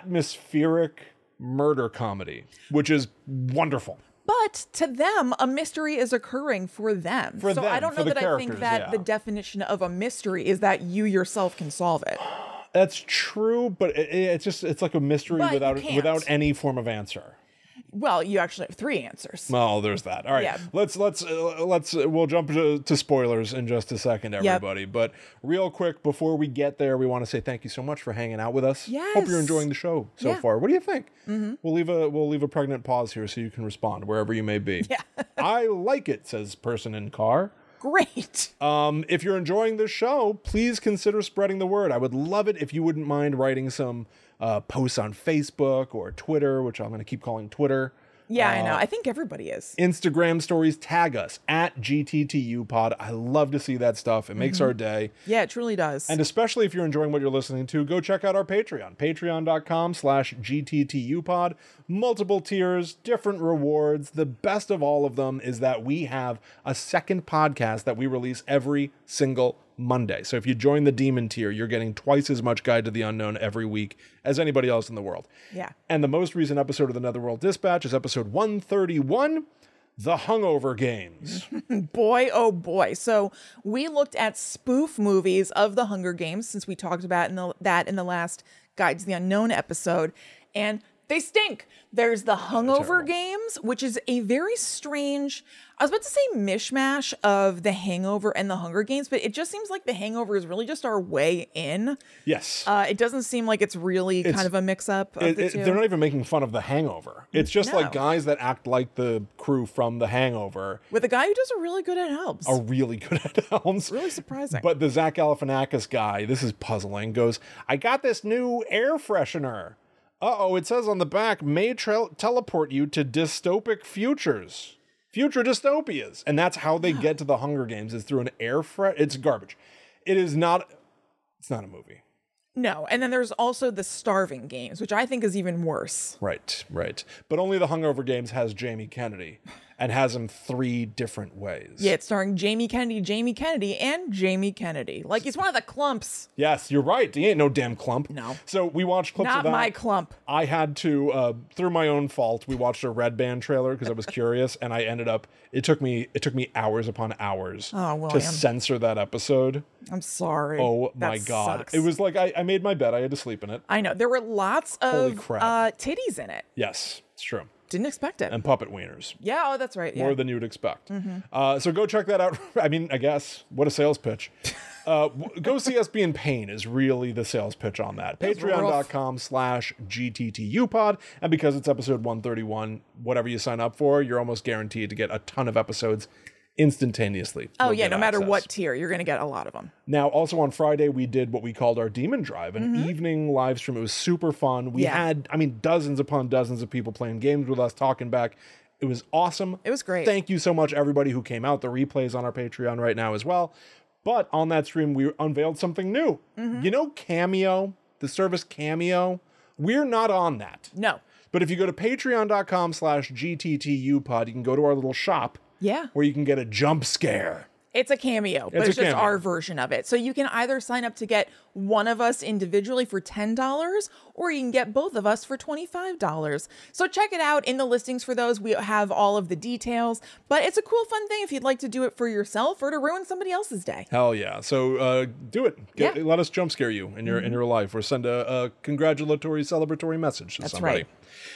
S1: atmospheric murder comedy which is wonderful
S2: But to them, a mystery is occurring for them. so I
S1: them,
S2: don't
S1: for
S2: know
S1: the
S2: that I think
S1: characters,
S2: that
S1: yeah.
S2: the definition of a mystery is that you yourself can solve it.
S1: That's true, but it, it- it's just it's like a mystery
S2: But you
S1: without
S2: can't.
S1: without any form of answer.
S2: Well, you actually have three answers.
S1: Well, Oh, there's that. All right,
S2: Yeah.
S1: let's let's uh, let's uh, we'll jump to, to spoilers in just a second, everybody. But real quick before we get there, we want to say thank you so much for hanging out with us. hope you're
S2: Yes.
S1: enjoying the show so
S2: Yeah. Mm-hmm.
S1: far. What do you think? We'll leave a we'll leave a pregnant pause here so you can respond wherever you may be. Yeah, I like it, says person in car.
S2: Great.
S1: Um, if you're enjoying this show, please consider spreading the word. I would love it if you wouldn't mind writing some uh, posts on Facebook or Twitter, which I'm going to keep calling Twitter.
S2: yeah, I know.
S1: Uh,
S2: I think everybody is.
S1: Instagram stories, tag us at GTTU Pod. I love to see that stuff. It makes our day.
S2: Yeah, it truly does.
S1: And especially if you're enjoying what you're listening to, go check out our Patreon, patreon.com slash gttupod. Multiple tiers, different rewards. The best of all of them is that we have a second podcast that we release every single Monday. So if you join the Demon tier, you're getting twice as much Guide to the Unknown every week as anybody else in the world.
S2: Yeah.
S1: And the most recent episode of the Netherworld Dispatch is episode 131, The Hungover Games.
S2: Mm-hmm. boy, oh boy. So we looked at spoof movies of the Hunger Games since we talked about in the, that in the last Guide to the Unknown episode, and they stink. There's the Hungover Games, which is a very strange, I was about to say mishmash of the Hangover and the Hunger Games, but it just seems like the Hangover is really just our way in.
S1: yes.
S2: Uh, it doesn't seem like it's really kind of a mix up of
S1: It-
S2: the
S1: it-
S2: two.
S1: they're not even making fun of the hangover. It's just like
S2: No.
S1: guys that act like the crew from the hangover
S2: with a guy who does a really good at helps.
S1: are really good at elms.
S2: really surprising.
S1: But the Zach Galifianakis guy, this is puzzling, goes, I got this new air freshener. Uh oh, it says on the back, may tra- teleport you to dystopic futures. Future dystopias. And that's how they get to the Hunger Games is through an air fresh. It's garbage. It is not, it's not a movie.
S2: No, and then there's also the starving games, which I think is even worse.
S1: Right, right. But only the Hungover Games has Jamie Kennedy and has him three different ways.
S2: Yeah, it's starring Jamie Kennedy, Jamie Kennedy, and Jamie Kennedy. Like he's one of the clumps.
S1: Yes, you're right. He ain't no damn clump.
S2: No.
S1: So we watched clips of
S2: Not
S1: that.
S2: my clump.
S1: I had to, uh, through my own fault, we watched a Red Band trailer because I was curious, and I ended up. It took me. It took me hours upon hours to
S2: Oh, William.
S1: censor that episode.
S2: I'm sorry.
S1: Oh
S2: That
S1: my god!
S2: sucks.
S1: It was like I, I made my bed. I had to sleep in it.
S2: I know. There were lots of
S1: crap.
S2: uh titties in it.
S1: Yes, it's true.
S2: Didn't expect it.
S1: And puppet wieners.
S2: yeah, oh that's right.
S1: more
S2: Yeah. Mm-hmm.
S1: than you would expect. Uh, so go check that out. I mean, I guess what a sales pitch. Uh, w- go see us be in pain is really the sales pitch on that.
S2: rough.
S1: Patreon.com slash GTTUpod. And because it's episode 131, whatever you sign up for, you're almost guaranteed to get a ton of episodes instantaneously.
S2: Oh
S1: You'll
S2: yeah,
S1: get
S2: no matter
S1: access.
S2: what tier, you're gonna get a lot of them.
S1: Now, also on Friday, we did what we called our Demon Drive, an evening live stream. It was super fun. We
S2: Mm-hmm. Yeah.
S1: had, I mean, dozens upon dozens of people playing games with us, talking back. It was awesome. It
S2: was great.
S1: Thank you so much, everybody who came out. The replays on our Patreon right now as well. But on that stream, we unveiled something new.
S2: Mm-hmm.
S1: You know, Cameo, the service Cameo. We're not on that.
S2: No.
S1: But if you go to patreon.com slash gttupod, you can go to our little shop
S2: Yeah.
S1: where you can get a jump scare.
S2: It's a cameo, but
S1: It's
S2: it's,
S1: a
S2: just
S1: cameo.
S2: our version of it. So you can either sign up to get one of us individually for $10 or you can get both of us for $25. So check it out in the listings for those. We have all of the details, but it's a cool fun thing if you'd like to do it for yourself or to ruin somebody else's day.
S1: Hell yeah! So uh, do it. Get,
S2: Yeah. Mm-hmm.
S1: Let us jump scare you in your in your life, or send a, a congratulatory, celebratory message to somebody.
S2: right.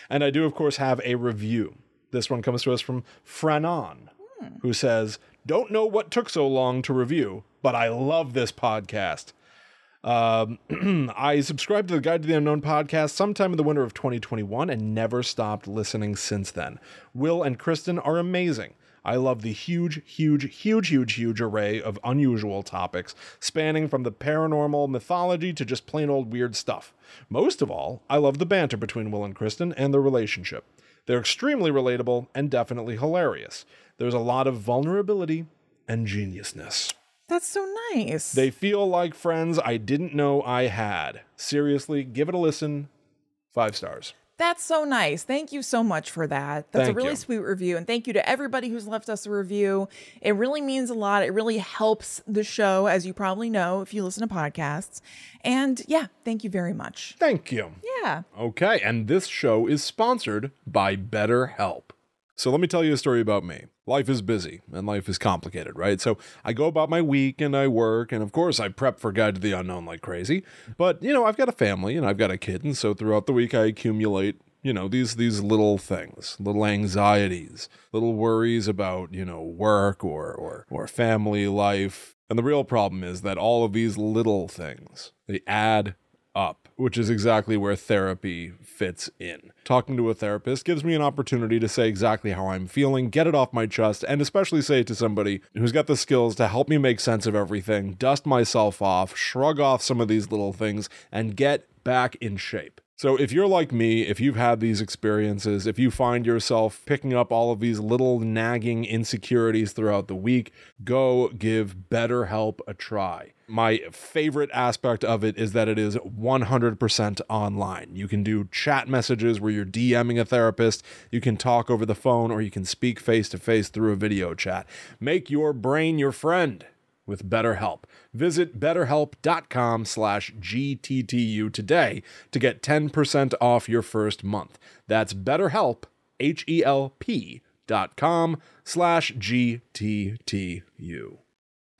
S1: And I do, of course, have a review. This one comes to us from Franon,
S2: Hmm.
S1: who says, "Don't know what took so long to review, but I love this podcast. Um, I subscribed to the Guide to the Unknown podcast sometime in the winter of 2021 and never stopped listening since then. Will and Kristen are amazing. I love the huge, huge, huge, huge, huge array of unusual topics, spanning from the paranormal mythology to just plain old weird stuff. Most of all, I love the banter between Will and Kristen and their relationship. They're extremely relatable and definitely hilarious. There's a lot of vulnerability and geniusness.
S2: That's so nice.
S1: They feel like friends I didn't know I had. Seriously, give it a listen. Five stars.
S2: That's so nice. Thank you so much for that. That's
S1: Thank
S2: a really
S1: you.
S2: sweet review. And thank you to everybody who's left us a review. It really means a lot. It really helps the show, as you probably know if you listen to podcasts. And yeah, thank you very much.
S1: Thank you.
S2: Yeah.
S1: Okay, and this show is sponsored by BetterHelp. So let me tell you a story about me. Life is busy and life is complicated, right? So I go about my week and I work, and of course I prep for Guide to the Unknown like crazy. But you know, I've got a family and I've got a kid, and so throughout the week I accumulate, you know, these these little things, little anxieties, little worries about, you know, work or or or family life. And the real problem is that all of these little things, they add up, which is exactly where therapy fits in. Talking to a therapist gives me an opportunity to say exactly how I'm feeling, get it off my chest, and especially say it to somebody who's got the skills to help me make sense of everything, dust myself off, shrug off some of these little things, and get back in shape. So, if you're like me, if you've had these experiences, if you find yourself picking up all of these little nagging insecurities throughout the week, go give BetterHelp a try. My favorite aspect of it is that it is 100% online. You can do chat messages where you're DMing a therapist, you can talk over the phone, or you can speak face to face through a video chat. Make your brain your friend with BetterHelp. Visit betterhelp.com slash GTTU today to get 10% off your first month. That's betterhelp, H-E-L-P dot com slash GTTU.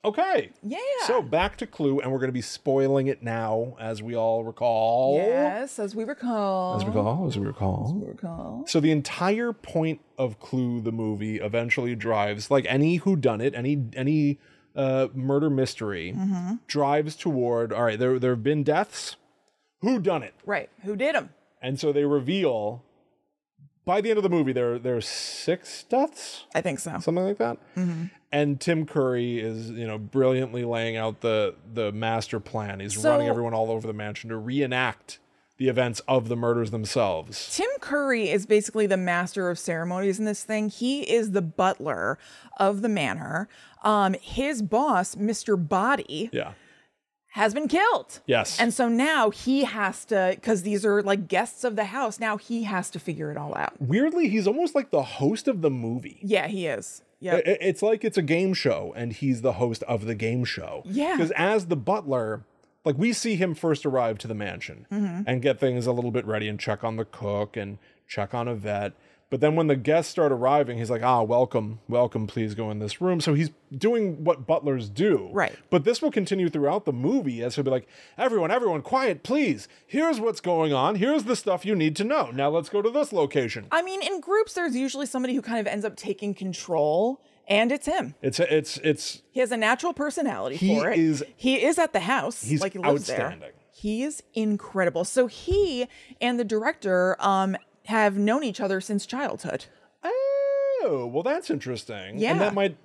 S1: Okay.
S2: Yeah.
S1: So back to Clue, and we're going to be spoiling it now, as we all recall.
S2: yes, as we recall.
S1: As we recall, as we recall.
S2: We recall.
S1: So the entire point of Clue the movie eventually drives like any who done it, any any uh murder mystery
S2: Mm-hmm.
S1: drives toward all right, there there have been deaths. Who done it?
S2: Right. Who did them?
S1: And so they reveal by the end of the movie there there are six deaths,
S2: I think so.
S1: something like that.
S2: Mm-hmm.
S1: And Tim Curry is, you know, brilliantly laying out the the master plan. He's
S2: So-
S1: running everyone all over the mansion to reenact the events of the murders themselves.
S2: Tim Curry is basically the master of ceremonies in this thing. He is the butler of the manor. Um, his boss, Mr. Body,
S1: Yeah.
S2: has been killed.
S1: Yes.
S2: And so now he has to, because these are like guests of the house, now he has to figure it all out.
S1: weirdly he's almost like the host of the movie
S2: Yeah, he
S1: I-
S2: is. Yeah.
S1: I- it's like it's a game show and he's the host of the game show
S2: Yeah.
S1: because as the butler like we see him first arrive to the mansion
S2: Mm-hmm.
S1: and get things a little bit ready and check on the cook and check on a vet but then when the guests start arriving he's like ah welcome welcome please go in this room so he's doing what butlers do
S2: Right.
S1: but this will continue throughout the movie as he'll be like everyone everyone quiet please here's what's going on here's the stuff you need to know now let's go to this location
S2: I mean, in groups, there's usually somebody who kind of ends up taking control, and it's him.
S1: It's it's it's
S2: He has a natural personality
S1: He
S2: for it.
S1: is-
S2: he is at the house.
S1: he's
S2: like he lives
S1: outstanding.
S2: There. He is incredible. So he and the director um have known each other since childhood.
S1: oh well that's interesting.
S2: Yeah.
S1: and that might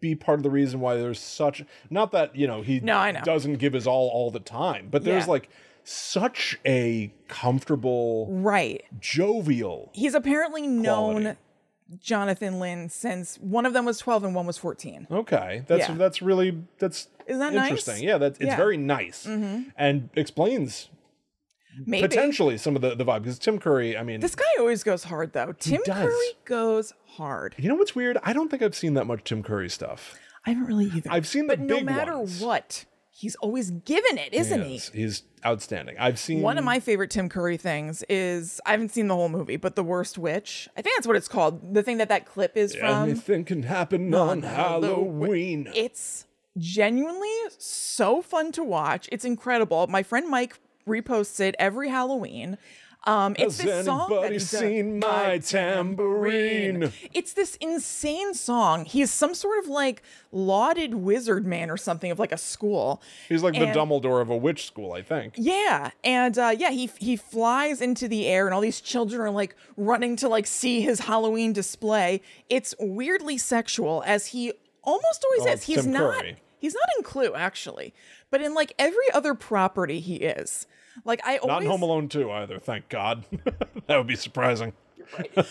S1: be part of the reason why there's such not that you know he
S2: No, I know.
S1: doesn't give his all all the time, but there's
S2: Yeah.
S1: like such a comfortable,
S2: Right.
S1: jovial.
S2: He's apparently known
S1: Quality.
S2: Jonathan Lynn since one of them was 12 and one was 14.
S1: Okay, that's
S2: Yeah.
S1: that's really that's
S2: Isn't that nice?
S1: interesting. Yeah, that's it's
S2: Yeah.
S1: very nice and explains
S2: Maybe.
S1: potentially some of the, the vibe because Tim Curry, I mean,
S2: This guy always goes hard though. Tim
S1: does.
S2: Curry goes hard.
S1: you know what's weird? I don't think I've seen that much Tim Curry stuff.
S2: I haven't really either.
S1: I've seen the
S2: but no
S1: big
S2: matter
S1: ones.
S2: what, he's always given it,
S1: He
S2: isn't he? Mm.
S1: is. He's outstanding. I've seen
S2: One of my favorite Tim Curry things is I haven't seen the whole movie, but The Worst Witch. I think that's what it's called. The thing that that clip is from.
S1: anything can happen on Um, Halloween.
S2: It's genuinely so fun to watch. It's incredible. My friend Mike reposts it every Halloween. Um, it's
S1: Has
S2: this song. that
S1: anybody
S2: he does.
S1: seen my tambourine?
S2: It's this insane song. He's some sort of like lauded wizard man or something of like a school.
S1: He's like
S2: And-
S1: the Dumbledore of a witch school, I think.
S2: Yeah, and uh, yeah, he he flies into the air, and all these children are like running to like see his Halloween display. It's weirdly sexual, as he almost always is.
S1: it's
S2: He's
S1: Oh, Tim
S2: not.
S1: Curry.
S2: He's not in Clue actually, but in like every other property he is. Like I
S1: Not
S2: always.
S1: in Home Alone 2 either, thank God. that would be surprising.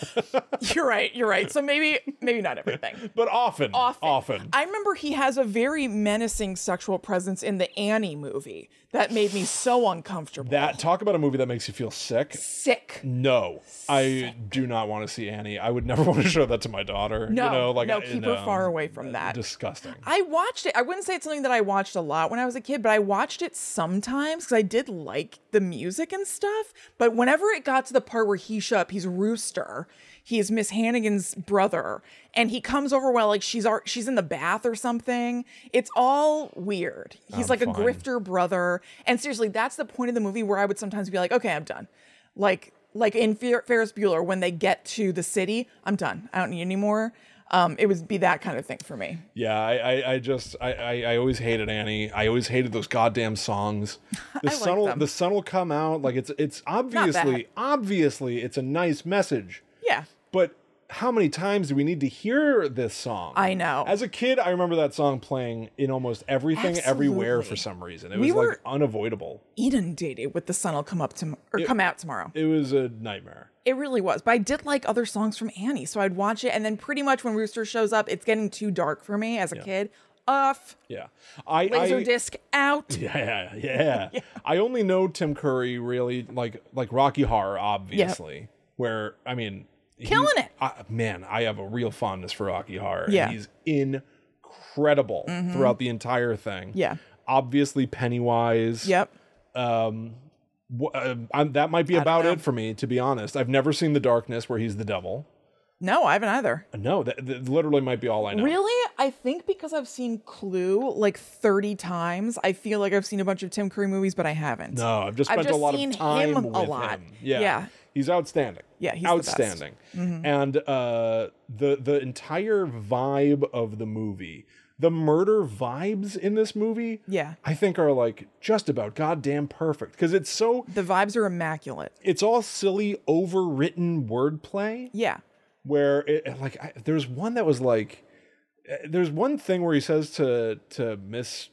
S2: You're right. You're right. So maybe maybe not everything.
S1: But often, often.
S2: I remember he has a very menacing sexual presence in the Annie movie that made me so uncomfortable.
S1: That talk about a movie that makes you feel sick.
S2: sick.
S1: No, I do not want to see Annie. I would never want to show that to my daughter.
S2: No,
S1: you know, like
S2: no,
S1: I-
S2: keep
S1: no.
S2: her far away from that.
S1: Disgusting.
S2: I watched it. I wouldn't say it's something that I watched a lot when I was a kid, but I watched it sometimes because I did like the music and stuff. But whenever it got to the part where he shut up, he's Rooster. He is Miss Hannigan's brother, and he comes over while like she's ar- she's in the bath or something. It's all weird. He's like a
S1: fine.
S2: grifter brother, and seriously, that's the point of the movie where I would sometimes be like, okay, I'm done. Like like in Fer- Ferris Bueller when they get to the city, I'm done. I don't need any more. Um, it would be that kind of thing for me.
S1: Yeah, I, I, I just I, I, I always hated Annie. I always hated those goddamn songs. The
S2: like
S1: sun will
S2: them.
S1: the sun will come out. Like it's it's
S2: bad.
S1: obviously obviously it's a nice message.
S2: Yeah.
S1: But how many times do we need to hear this song?
S2: I know.
S1: As a kid, I remember that song playing in almost everything, everywhere
S2: Absolutely.
S1: for some reason. It
S2: We
S1: was like
S2: were-
S1: unavoidable.
S2: inundated with the sun will come up to or come out tomorrow. It,
S1: It was a nightmare.
S2: really was. But I did like other songs from Annie, so I'd watch it and then pretty much when Rooster shows up, it's getting too dark for me as a kid. Off
S1: Yeah, I
S2: laser
S1: I,
S2: disc out.
S1: Yeah, yeah. I only know Tim Curry really like like Rocky Horror, obviously. Where I mean, he-
S2: Killing it.
S1: I, man, I have a real fondness for Rocky Horror.
S2: Yeah. Mm-hmm.
S1: and he's incredible throughout the entire thing.
S2: Yeah.
S1: obviously Pennywise.
S2: Yep.
S1: Wh- uh, I'm, that might be about
S2: know.
S1: it for me, to be honest. I've never seen The Darkness, where he's the devil.
S2: No, I haven't either.
S1: No, that, that literally might be all I know.
S2: Really? I think because I've seen Clue like 30 times, I feel like I've seen a bunch of Tim Curry movies, but I haven't.
S1: No, I've just
S2: I've
S1: spent
S2: just
S1: a lot
S2: seen
S1: of time
S2: him a
S1: with
S2: lot.
S1: him. Yeah.
S2: Yeah.
S1: he's outstanding.
S2: Yeah, he's the best.
S1: outstanding.
S2: Mm-hmm.
S1: And uh, the the entire vibe of the movie, the murder vibes in this movie,
S2: Yeah.
S1: I think are like just about goddamn perfect because it's so
S2: The vibes are immaculate.
S1: it's all silly overwritten wordplay
S2: Yeah.
S1: where it like I, there's one that was like uh, there's one thing where he says to to miss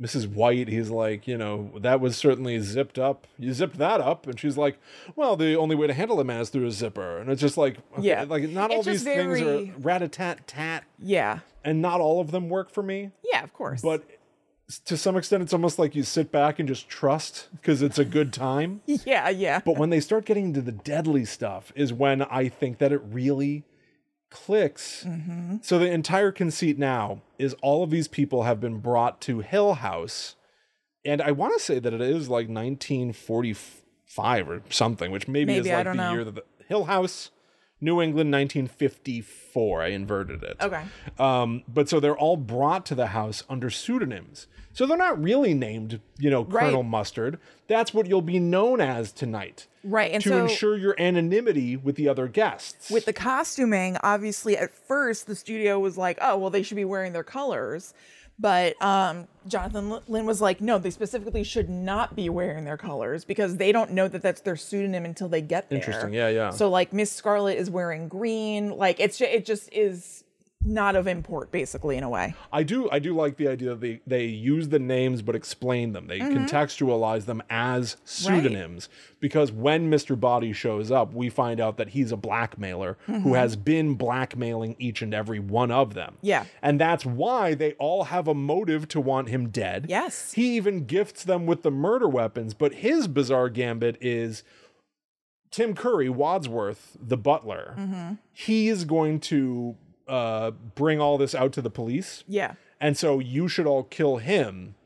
S1: mrs white he's like you know that was certainly zipped up you zipped that up and she's like well the only way to handle a man is through a zipper and it's just like okay,
S2: Yeah.
S1: like not
S2: It's
S1: all
S2: just
S1: these
S2: very-
S1: things are rat-a-tat-tat
S2: Yeah.
S1: and not all of them work for me
S2: Yeah, of course.
S1: but s- to some extent it's almost like you sit back and just trust because it's a good time
S2: yeah, yeah.
S1: but when they start getting into the deadly stuff, is when I think that it really clicks.
S2: Mm-hmm.
S1: So the entire conceit now is all of these people have been brought to Hill House, and I want to say that it is like 1945 or something, which maybe, is
S2: Maybe, I
S1: like the
S2: don't know.
S1: year that the Hill House, New England, 1954. I inverted it.
S2: okay.
S1: Um, but so they're all brought to the house under pseudonyms. So they're not really named, you know, Colonel
S2: Right.
S1: Mustard. That's what you'll be known as tonight.
S2: Right, and
S1: to
S2: so-
S1: ensure your anonymity with the other guests.
S2: with the costuming, obviously at first the studio was like, oh, well, they should be wearing their colors. But um, Jonathan L- Lynn was like, no, they specifically should not be wearing their colors because they don't know that that's their pseudonym until they get there.
S1: Interesting, yeah, yeah.
S2: So like Miss Scarlet is wearing green. Like it's ju- it just is not of import, basically, in a way.
S1: I do I do like the idea that they, they use the names but explain them. They
S2: Mm-hmm.
S1: contextualize them as pseudonyms because when Mr. Body shows up, we find out that he's a blackmailer
S2: Mm-hmm.
S1: who has been blackmailing each and every one of them.
S2: Yeah.
S1: And that's why they all have a motive to want him dead.
S2: Yes.
S1: He even gifts them with the murder weapons, but his bizarre gambit is Tim Curry, Wadsworth, the butler,
S2: Mm-hmm.
S1: he is going to uh, bring all this out to the police.
S2: Yeah.
S1: And so you should all kill him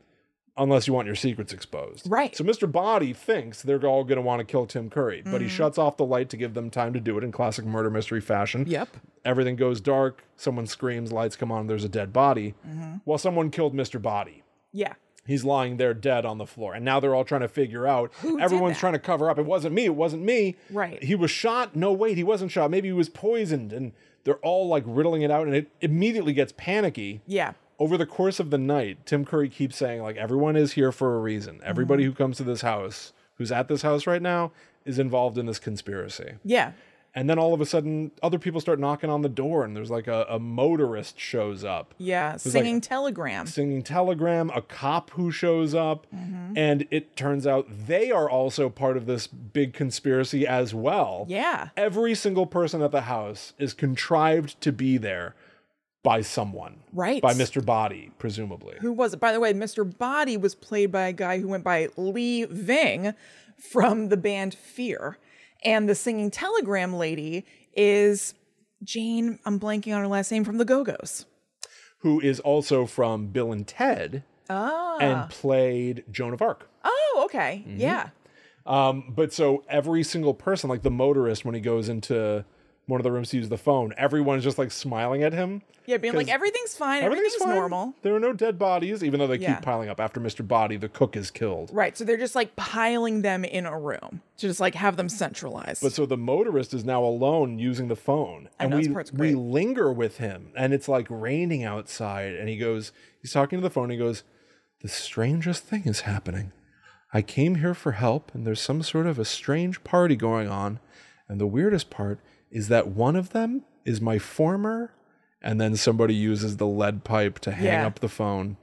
S1: unless you want your secrets exposed.
S2: Right.
S1: So Mr. Body thinks they're all going to want to kill Tim Curry, but
S2: Mm.
S1: he shuts off the light to give them time to do it in classic murder mystery fashion.
S2: Yep.
S1: Everything goes dark. Someone screams, lights come on, there's a dead body.
S2: Mm-hmm.
S1: Well, someone killed Mr. Body.
S2: Yeah.
S1: He's lying there dead on the floor. And now they're all trying to figure out.
S2: did
S1: Everyone's
S2: that?
S1: trying to cover up. It wasn't me. It wasn't me.
S2: Right.
S1: He was shot. No, wait, he wasn't shot. Maybe he was poisoned. And they're all like riddling it out. And it immediately gets panicky.
S2: Yeah.
S1: Over the course of the night, Tim Curry keeps saying, like, everyone is here for a reason. Everybody
S2: Mm-hmm.
S1: who comes to this house, who's at this house right now, is involved in this conspiracy.
S2: Yeah.
S1: And then all of a sudden, other people start knocking on the door, and there's like a, a motorist shows up
S2: Yeah. Singing telegram.
S1: singing telegram a cop who shows up
S2: Mm-hmm.
S1: and it turns out they are also part of this big conspiracy as well
S2: Yeah.
S1: every single person at the house is contrived to be there by someone
S2: Right.
S1: by mr body presumably
S2: Who was it? By the way, Mr. Body was played by a guy who went by Lee Ving from the band Fear. And the singing telegram lady is Jane, I'm blanking on her last name, from the Go Go's.
S1: who is also from bill and ted
S2: Oh.
S1: and played joan of arc
S2: Oh, okay.
S1: Mm-hmm.
S2: Yeah.
S1: Um, but so every single person, like the motorist, when he goes into one of the rooms to use the phone, everyone's just like smiling at him.
S2: Yeah, being like, everything's fine. Everything's,
S1: fine.
S2: normal.
S1: There are no dead bodies, even though they
S2: Yeah.
S1: keep piling up. After Mr. Body, the cook is killed.
S2: Right. So they're just like piling them in a room to just like have them centralized.
S1: But so the motorist is now alone using the phone, and
S2: know, this
S1: we
S2: part's
S1: we
S2: great.
S1: linger with him, and it's like raining outside, and he goes, he's talking to the phone, he goes, the strangest thing is happening. I came here for help, and there's some sort of a strange party going on, and the weirdest part is that one of them is my former, and then somebody uses the lead pipe to hang
S2: Yeah.
S1: up the phone.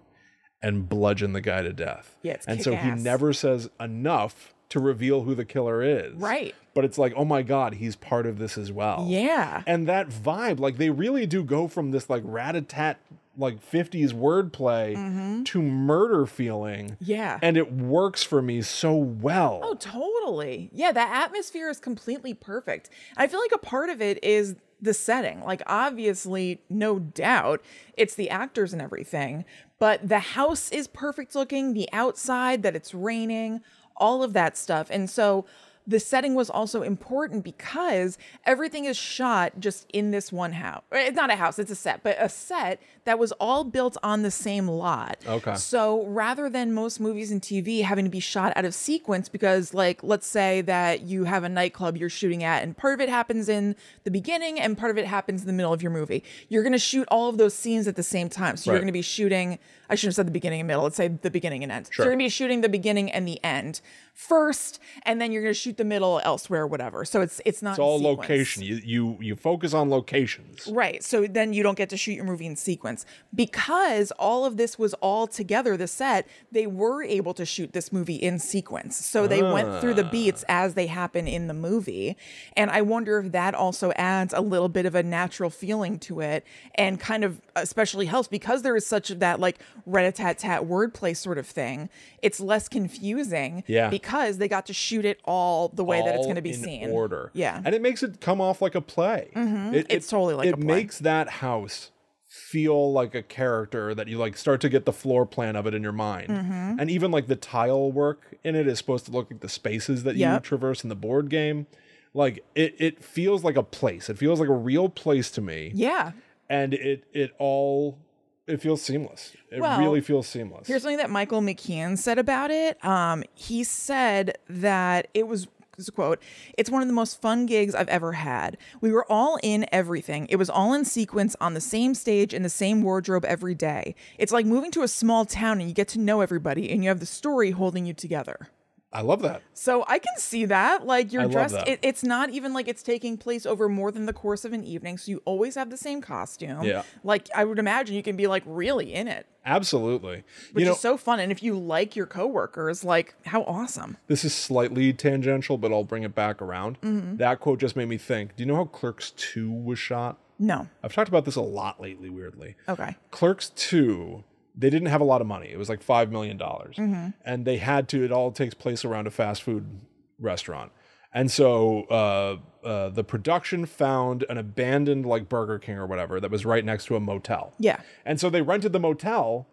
S1: and bludgeon the guy to death.
S2: Yeah, it's
S1: and so
S2: kick-ass.
S1: he never says enough to reveal who the killer is.
S2: Right.
S1: But it's like, oh my god, he's part of this as well.
S2: yeah.
S1: And that vibe, like they really do go from this like rat-a-tat like 50s wordplay to murder feeling.
S2: Mm-hmm. Yeah.
S1: And it works for me so well.
S2: Oh, totally. Yeah, that atmosphere is completely perfect. I feel like a part of it is the setting. Like, obviously, no doubt, it's the actors and everything, but the house is perfect looking, the outside, that it's raining, all of that stuff. And so the setting was also important because everything is shot just in this one house. It's not a house, it's a set, but a set that was all built on the same lot.
S1: Okay.
S2: So rather than most movies and TV having to be shot out of sequence, because like let's say that you have a nightclub you're shooting at, and part of it happens in the beginning and part of it happens in the middle of your movie, you're gonna shoot all of those scenes at the same time. So
S1: Right.
S2: you're gonna be shooting. I shouldn't have said the beginning and middle. Let's say the beginning and end. So you're gonna be shooting the beginning and the end first, and then you're gonna shoot the middle elsewhere, whatever. So it's it's not
S1: it's all
S2: sequence.
S1: location. You you you focus on locations.
S2: Right. So then you don't get to shoot your movie in sequence. Because all of this was all together, the set, they were able to shoot this movie in sequence. So they went through the beats
S1: Ah.
S2: as they happen in the movie. And I wonder if that also adds a little bit of a natural feeling to it and kind of especially helps because there is such of that like rat a tat tat wordplay sort of thing. It's less confusing
S1: Yeah.
S2: because they got to shoot it all the way that it's
S1: all
S2: going to be
S1: in
S2: seen.
S1: Order.
S2: Yeah. Mm-hmm.
S1: And it makes it come off like a play. It-
S2: It's
S1: it-
S2: totally like
S1: it
S2: a play.
S1: makes that house feel like a character that you like start to get the floor plan of it in your mind.
S2: Mm-hmm.
S1: And even like the tile work in it is supposed to look like the spaces that you
S2: Yep.
S1: traverse in the board game. Like it it feels like a place. It feels like a real place to me.
S2: yeah.
S1: And it it all it feels seamless. It
S2: Well,
S1: really feels seamless.
S2: Here's something that Michael McKean said about it. Um, he said that it was this is a quote it's one of the most fun gigs i've ever had we were all in everything it was all in sequence on the same stage in the same wardrobe every day it's like moving to a small town and you get to know everybody and you have the story holding you together
S1: I love that.
S2: So I can see that. Like you're
S1: I love
S2: dressed,
S1: that.
S2: it, it's not even like it's taking place over more than the course of an evening. So you always have the same costume.
S1: Yeah.
S2: Like I would imagine you can be like really in it,
S1: Absolutely.
S2: which
S1: you know,
S2: is so fun. And if you like your coworkers, like how awesome.
S1: this is slightly tangential, but I'll bring it back around. That quote just made me think. Do you know how Clerks 2 was shot?
S2: No.
S1: I've talked about this a lot lately, weirdly.
S2: Okay.
S1: Clerks 2, they didn't have a lot of money. It was like $5 million. And they had to, it all takes place around a fast food restaurant. And so uh, uh, the production found an abandoned, like Burger King or whatever, that was right next to a motel.
S2: Yeah.
S1: And so they rented the motel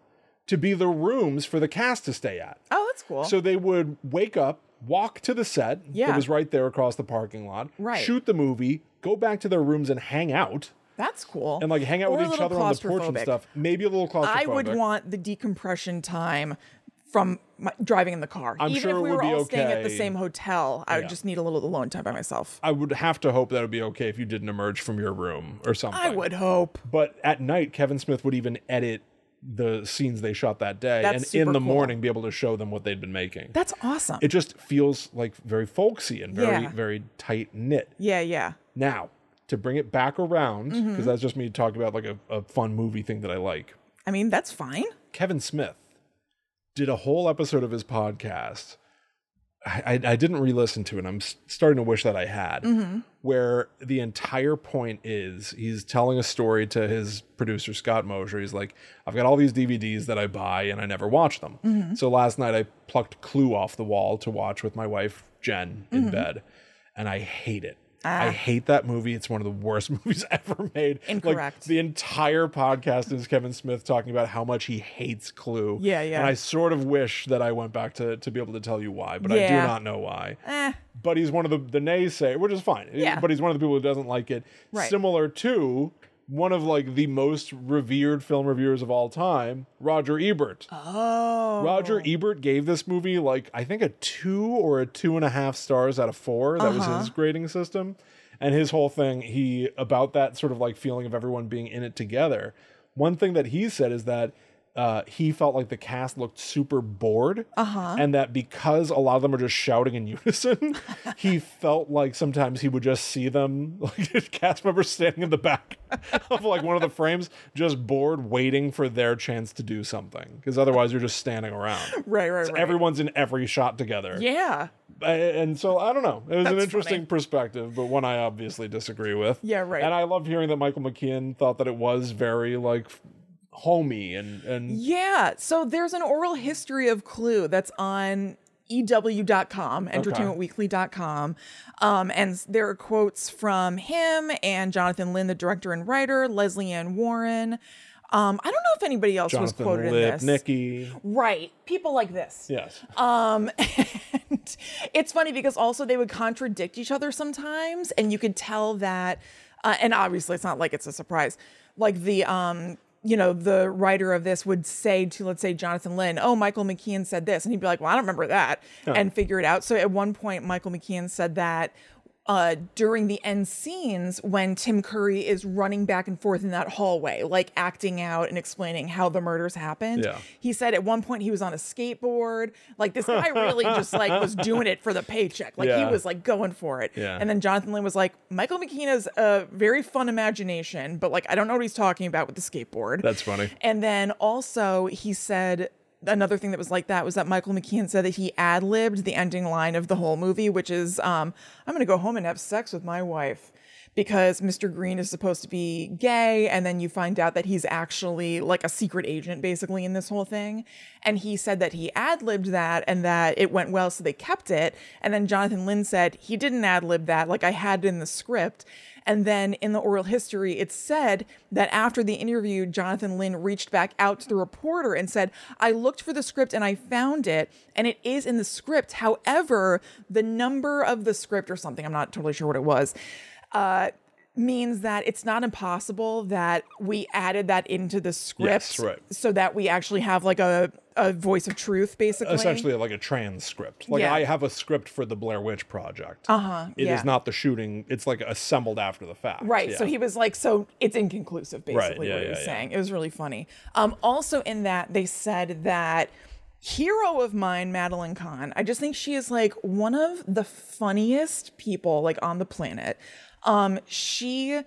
S1: to be the rooms for the cast to stay at.
S2: Oh, that's cool.
S1: So they would wake up, walk to the set that
S2: Yeah.
S1: was right there across the parking lot,
S2: Right.
S1: shoot the movie, go back to their rooms and hang out
S2: that's cool.
S1: and like hang out
S2: Or
S1: with
S2: a
S1: each
S2: little
S1: other on the porch and
S2: claustrophobic.
S1: stuff. Maybe a little claustrophobic.
S2: I would want the decompression time from my, driving in the car.
S1: I'm
S2: Even
S1: sure
S2: if
S1: it
S2: we
S1: would
S2: were
S1: be
S2: all staying at the
S1: okay.
S2: same hotel, I
S1: Yeah.
S2: would just need a little alone time by myself.
S1: I would have to hope that would be okay if you didn't emerge from your room or something.
S2: I would hope.
S1: But at night, Kevin Smith would even edit the scenes they shot that day,
S2: That's
S1: and in
S2: super
S1: the
S2: cool.
S1: morning be able to show them what they'd been making.
S2: That's awesome.
S1: it just feels like very folksy and very
S2: Yeah.
S1: very tight knit.
S2: yeah, yeah.
S1: Now, to bring it back around, because that's just me talking about like a, a fun movie thing that I like.
S2: I mean, that's fine.
S1: Kevin Smith did a whole episode of his podcast. I, I I didn't re listen to it. I'm s- starting to wish that I had, where the entire point is he's telling a story to his producer, Scott Mosher. He's like, I've got all these DVDs that I buy and I never watch them. So last night I plucked Clue off the wall to watch with my wife, Jen, in bed, and I hate it. I hate that movie. It's one of the worst movies ever made. Like
S2: Incorrect.
S1: the entire podcast is Kevin Smith talking about how much he hates Clue.
S2: Yeah, yeah.
S1: And I sort of wish that I went back to, to be able to tell you why, but I do
S2: Yeah.
S1: not know why.
S2: Eh.
S1: But he's one of the, the naysay, which is fine.
S2: Yeah.
S1: But he's one of the people who doesn't like it.
S2: Right.
S1: Similar to one of like the most revered film reviewers of all time, Roger Ebert.
S2: Oh.
S1: Roger Ebert gave this movie like I think a two or a two and a half stars out of four. That was his grading system, and his whole thing he about that sort of like feeling of everyone being in it together. One thing that he said is that uh, he felt like the cast looked super bored, uh-huh. and that because a lot of them are just shouting in unison, he felt like sometimes he would just see them like cast members standing in the back of like one of the frames, just bored, waiting for their chance to do something. Because otherwise, you're just standing around.
S2: Right, right, right.
S1: Everyone's in every shot together.
S2: yeah.
S1: A- And so I don't know. It was an
S2: That's
S1: interesting
S2: funny.
S1: perspective, but one I obviously disagree with.
S2: Yeah, right.
S1: And I love hearing that Michael McKean thought that it was very like f- homey and and
S2: Yeah. So there's an oral history of Clue that's on E EW.com, entertainmentweekly.com. Um, and s- there are quotes from him and Jonathan Lynn, the director and writer, Leslie Ann Warren. Um, I don't know if anybody else was
S1: Jonathan
S2: quoted in
S1: Lip,
S2: this.
S1: Nikki.
S2: Right. People like this.
S1: Yes.
S2: Um, and it's funny because also they would contradict each other sometimes, and you could tell that. Uh, and obviously, it's not like it's a surprise. Like the um, you know, the writer of this would say to let's say Jonathan Lynn, "Oh, Michael McKean said this," and he'd be like, "Well, I don't remember that," and figure it out. So at one point, Michael McKean said that. Uh, during the end scenes, when Tim Curry is running back and forth in that hallway, like acting out and explaining how the murders happened,
S1: Yeah.
S2: he said at one point he was on a skateboard. Like this guy really just like was doing it for the paycheck. Like
S1: Yeah.
S2: he was like going for it.
S1: Yeah.
S2: And then Jonathan Lynn was like, Michael McKean has a very fun imagination, but like I don't know what he's talking about with the skateboard.
S1: That's funny.
S2: And then also he said another thing that was like that was that Michael McKean said that he ad libbed the ending line of the whole movie, which is um, I'm gonna go home and have sex with my wife. Because Mr. Green is supposed to be gay, and then you find out that he's actually like a secret agent, basically, in this whole thing. And he said that he ad libbed that and that it went well, so they kept it. And then Jonathan Lynn said he didn't ad lib that, like I had it in the script. And then in the oral history, it said that after the interview, Jonathan Lynn reached back out to the reporter and said, I looked for the script and I found it, and it is in the script. However, the number of the script or something, I'm not totally sure what it was, uh, means that it's not impossible that we added that into the script
S1: Yes, right.
S2: so that we actually have like a, a voice of truth, basically.
S1: essentially like a transcript. Like
S2: Yeah. Uh-huh,
S1: I have a script for the Blair Witch Project. Uh huh. It is
S2: yeah.
S1: not the shooting. It's like assembled after the fact.
S2: Right. So
S1: Yeah.
S2: he was like, so it's inconclusive, basically,
S1: yeah,
S2: what he
S1: yeah,
S2: was
S1: yeah.
S2: saying. It was really funny. Um, also, in that, they said that hero of mine, Madeline Kahn. I just think she is like one of the funniest people like on the planet. Um, she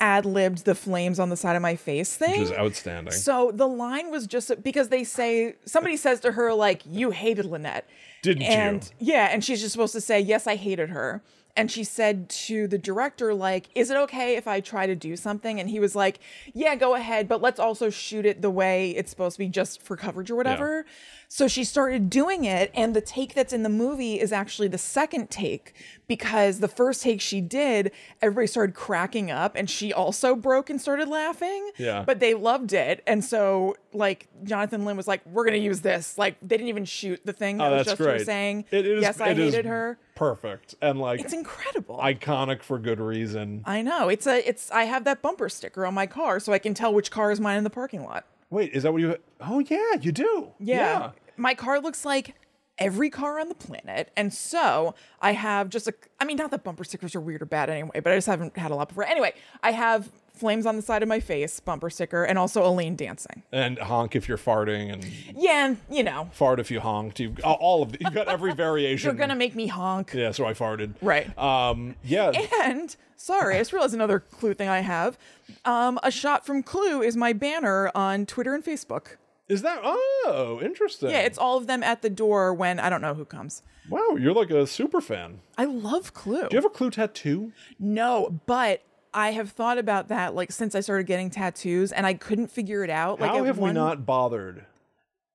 S2: ad libbed the flames on the side of my face thing.
S1: Which is outstanding.
S2: so the line was just because they say somebody says to her like you hated Lynette.
S1: Didn't
S2: and
S1: you?
S2: yeah, and she's just supposed to say yes I hated her. And she said to the director like is it okay if I try to do something and he was like yeah go ahead but let's also shoot it the way it's supposed to be just for coverage or whatever. So she started doing it and the take that's in the movie is actually the second take because the first take she did everybody started cracking up and she also broke and started laughing.
S1: Yeah.
S2: But they loved it. And so, like, Jonathan Lynn was like, we're going to use this. Like, they didn't even shoot the thing that
S1: Oh,
S2: was
S1: that's
S2: just
S1: great.
S2: her saying,
S1: It is-
S2: yes, I
S1: it is
S2: hated her.
S1: Perfect and like
S2: It's incredible. I,
S1: iconic for good reason.
S2: know. It's a, it's, I have that bumper sticker on my car so I can tell which car is mine in the parking lot.
S1: Wait, is that what you? Oh yeah, you do.
S2: Yeah. My car looks like every car on the planet. And so I have just a, I mean, not that bumper stickers are weird or bad anyway, but I just haven't had a lot before. Anyway, I have flames on the side of my face bumper sticker and also Elaine dancing.
S1: And honk if you're farting, and
S2: Yeah. And, you know,
S1: fart if you honked. You've all- all of the, you've got every variation.
S2: you're going to make me honk.
S1: Yeah, so I farted.
S2: Right.
S1: Um. Yeah.
S2: And sorry, I just realized another clue thing I have. Um, a shot from Clue is my banner on Twitter and Facebook.
S1: Is that? Oh, interesting.
S2: Yeah, it's all of them at the door when I don't know who comes.
S1: Wow, you're like a super fan.
S2: I love Clue.
S1: Do you have a Clue tattoo?
S2: no, but I have thought about that like since I started getting tattoos, and I couldn't figure it out. Like,
S1: How
S2: at
S1: have we
S2: one-
S1: not bothered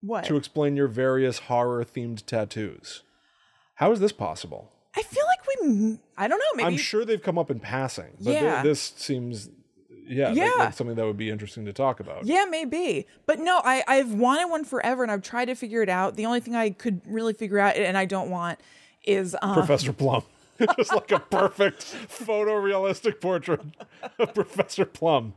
S2: What?
S1: to explain your various horror-themed tattoos? How is this possible?
S2: I feel like we. m- I don't know. Maybe
S1: I'm sure they've come up in passing, but thi-
S2: Yeah.
S1: this seems, yeah, like-
S2: Yeah.
S1: like something that would be interesting to talk about.
S2: Yeah, maybe. But no, I, I've wanted one forever and I've tried to figure it out. The only thing I could really figure out and I don't want is um,
S1: Professor Plum. Just like a perfect photorealistic portrait of Professor Plum.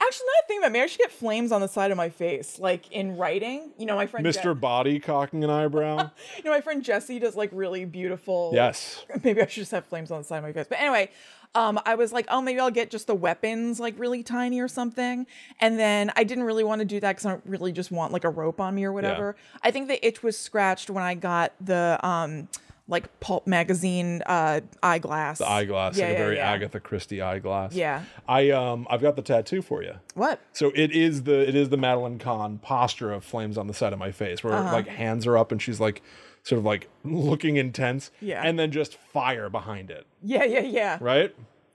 S2: Actually, now that I think about it, maybe I should get flames on the side of my face, like in writing. You know, my friend Je-
S1: Mr. Body cocking an eyebrow.
S2: you know, my friend Jesse does like really beautiful.
S1: Yes.
S2: Maybe I should just have flames on the side of my face. But anyway, um, I was like, oh, maybe I'll get just the weapons like really tiny or something. And then I didn't really want to do that because I don't really just want like a rope on me or whatever. I think the itch was scratched when I got the um like pulp magazine uh eyeglass. The
S1: Eyeglass,
S2: Yeah,
S1: like a
S2: yeah,
S1: very
S2: yeah.
S1: Agatha Christie eyeglass.
S2: Yeah.
S1: I um I've got the tattoo for you.
S2: What?
S1: So it is the it is the Madeline Kahn posture of flames on the side of my face, where
S2: Uh-huh.
S1: like hands are up and she's like sort of like looking intense.
S2: Yeah.
S1: And then just fire behind it.
S2: Yeah, yeah, yeah.
S1: Right?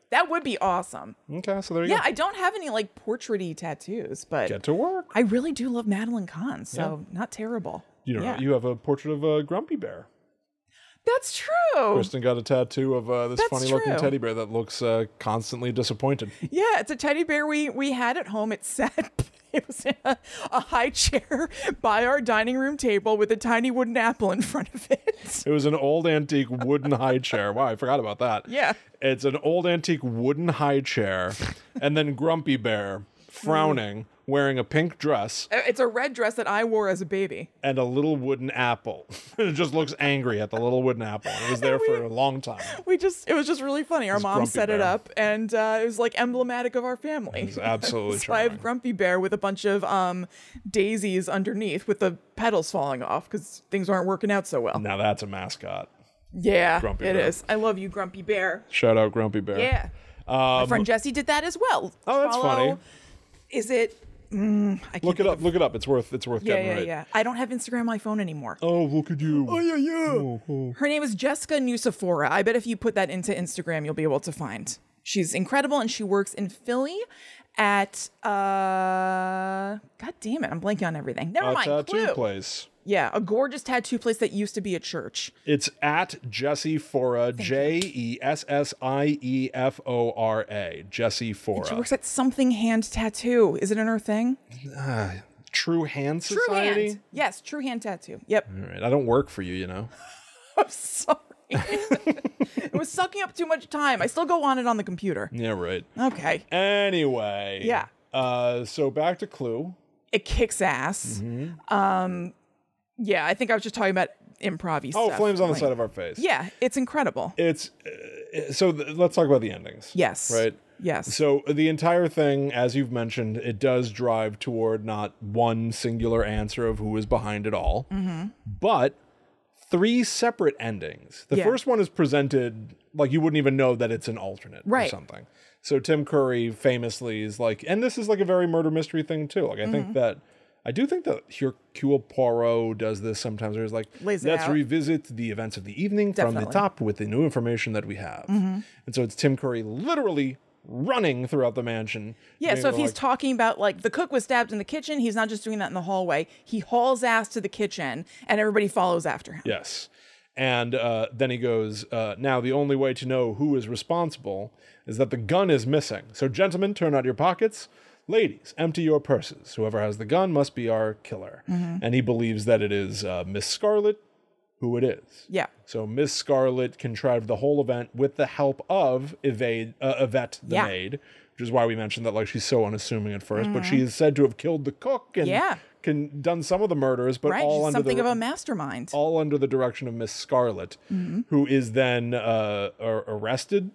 S2: That would be awesome.
S1: Okay, so there you
S2: Yeah,
S1: go.
S2: I don't have any like portraity tattoos, but
S1: Get to work.
S2: I really do love Madeline Kahn, so not terrible.
S1: You know,
S2: Yeah.
S1: you have a portrait of a grumpy bear.
S2: That's true.
S1: Kristen got a tattoo of uh, this
S2: That's
S1: funny looking
S2: true.
S1: teddy bear that looks uh, constantly disappointed.
S2: Yeah, it's a teddy bear we we had at home. It sat it was in a, a high chair by our dining room table with a tiny wooden apple in front of it.
S1: It was an old antique wooden high chair. Wow, I forgot about that.
S2: Yeah.
S1: It's an old antique wooden high chair, and then Grumpy Bear frowning, wearing a pink dress
S2: Uh, It's a red dress that I wore as a baby.
S1: and a little wooden apple. it just looks angry at the little wooden apple. It was there for a long time.
S2: We just it was just really funny. Our mom
S1: Grumpy
S2: set it
S1: Bear.
S2: up and uh, it was like emblematic of our family.
S1: It's absolutely
S2: so I have
S1: charming.
S2: Grumpy Bear with a bunch of um, daisies underneath with the petals falling off because things aren't working out so well.
S1: Now that's a mascot.
S2: Yeah, it is.
S1: Grumpy Bear.
S2: I love you, Grumpy Bear.
S1: Shout out Grumpy Bear.
S2: Yeah. My friend Jesse did that as well.
S1: Um, Oh, that's
S2: Follow-
S1: funny.
S2: Is it? Mm, I can't
S1: Look it
S2: think
S1: up. Look it up. It's worth. It's worth
S2: of- Yeah,
S1: getting
S2: yeah,
S1: right.
S2: yeah. I don't have Instagram on my phone anymore.
S1: Oh, look at you. Oh yeah, yeah.
S2: Her name is Jessica Nusifora. I bet if you put that into Instagram, you'll be able to find. She's incredible, and she works in Philly at uh god damn it i'm blanking on everything never
S1: A
S2: mind
S1: tattoo
S2: Clue.
S1: place.
S2: yeah a gorgeous tattoo place that used to be a church
S1: It's at Jesse Fora, J E S S I E F O R A. Jesse
S2: she
S1: Fora.
S2: works at something hand tattoo is it in her thing
S1: True Hand
S2: true
S1: Society. Mm.
S2: hand yes true hand tattoo yep
S1: All right, I don't work for you, you know.
S2: I'm sorry. it was sucking up too much time. I still go on it on the computer.
S1: Yeah, right.
S2: Okay.
S1: Anyway.
S2: Yeah.
S1: Uh, so back to Clue. Mm-hmm.
S2: It kicks ass. Um, yeah, I think I was just talking about improv
S1: Oh,
S2: stuff.
S1: flames on the
S2: Like,
S1: side of our face.
S2: Yeah, it's incredible.
S1: It's uh, so th- let's talk about the endings.
S2: yes.
S1: Right.
S2: Yes.
S1: So the entire thing, as you've mentioned, it does drive toward not one singular answer of who is behind it all,
S2: Mm-hmm.
S1: but three separate endings. The
S2: Yeah.
S1: first one is presented like you wouldn't even know that it's an alternate or
S2: Right.
S1: something. So Tim Curry famously is like, and this is like a very murder mystery thing too. Like I
S2: Mm-hmm.
S1: think that. I do think that Hercule Poirot does this sometimes. Where he's like,
S2: Lays it
S1: "Let's
S2: out.
S1: revisit the events of the evening from the
S2: Definitely. Mm-hmm.
S1: top." up with the new information that we have. And so it's Tim Curry literally running throughout the mansion.
S2: Yeah,
S1: being
S2: so if he's
S1: like,
S2: talking about like the cook was stabbed in the kitchen, he's not just doing that in the hallway. He hauls ass to the kitchen and everybody follows after him.
S1: yes. And uh, then he goes, uh, now the only way to know who is responsible is that the gun is missing. So gentlemen, turn out your pockets. Ladies, empty your purses. Whoever has the gun must be our killer.
S2: Mm-hmm.
S1: And he believes that it is uh, Miss Scarlet who it is.
S2: Yeah.
S1: So Miss Scarlet contrived the whole event with the help of evade uh, Yvette the
S2: Yeah.
S1: maid, which is why we mentioned that like she's so unassuming at 1st but she is said to have killed the cook and
S2: Mm-hmm. Yeah.
S1: can done some of the murders, but
S2: Right?
S1: all
S2: She's
S1: under
S2: something
S1: the
S2: of a mastermind.
S1: all under the direction of Miss Scarlet,
S2: Mm-hmm.
S1: who is then uh, ar- arrested.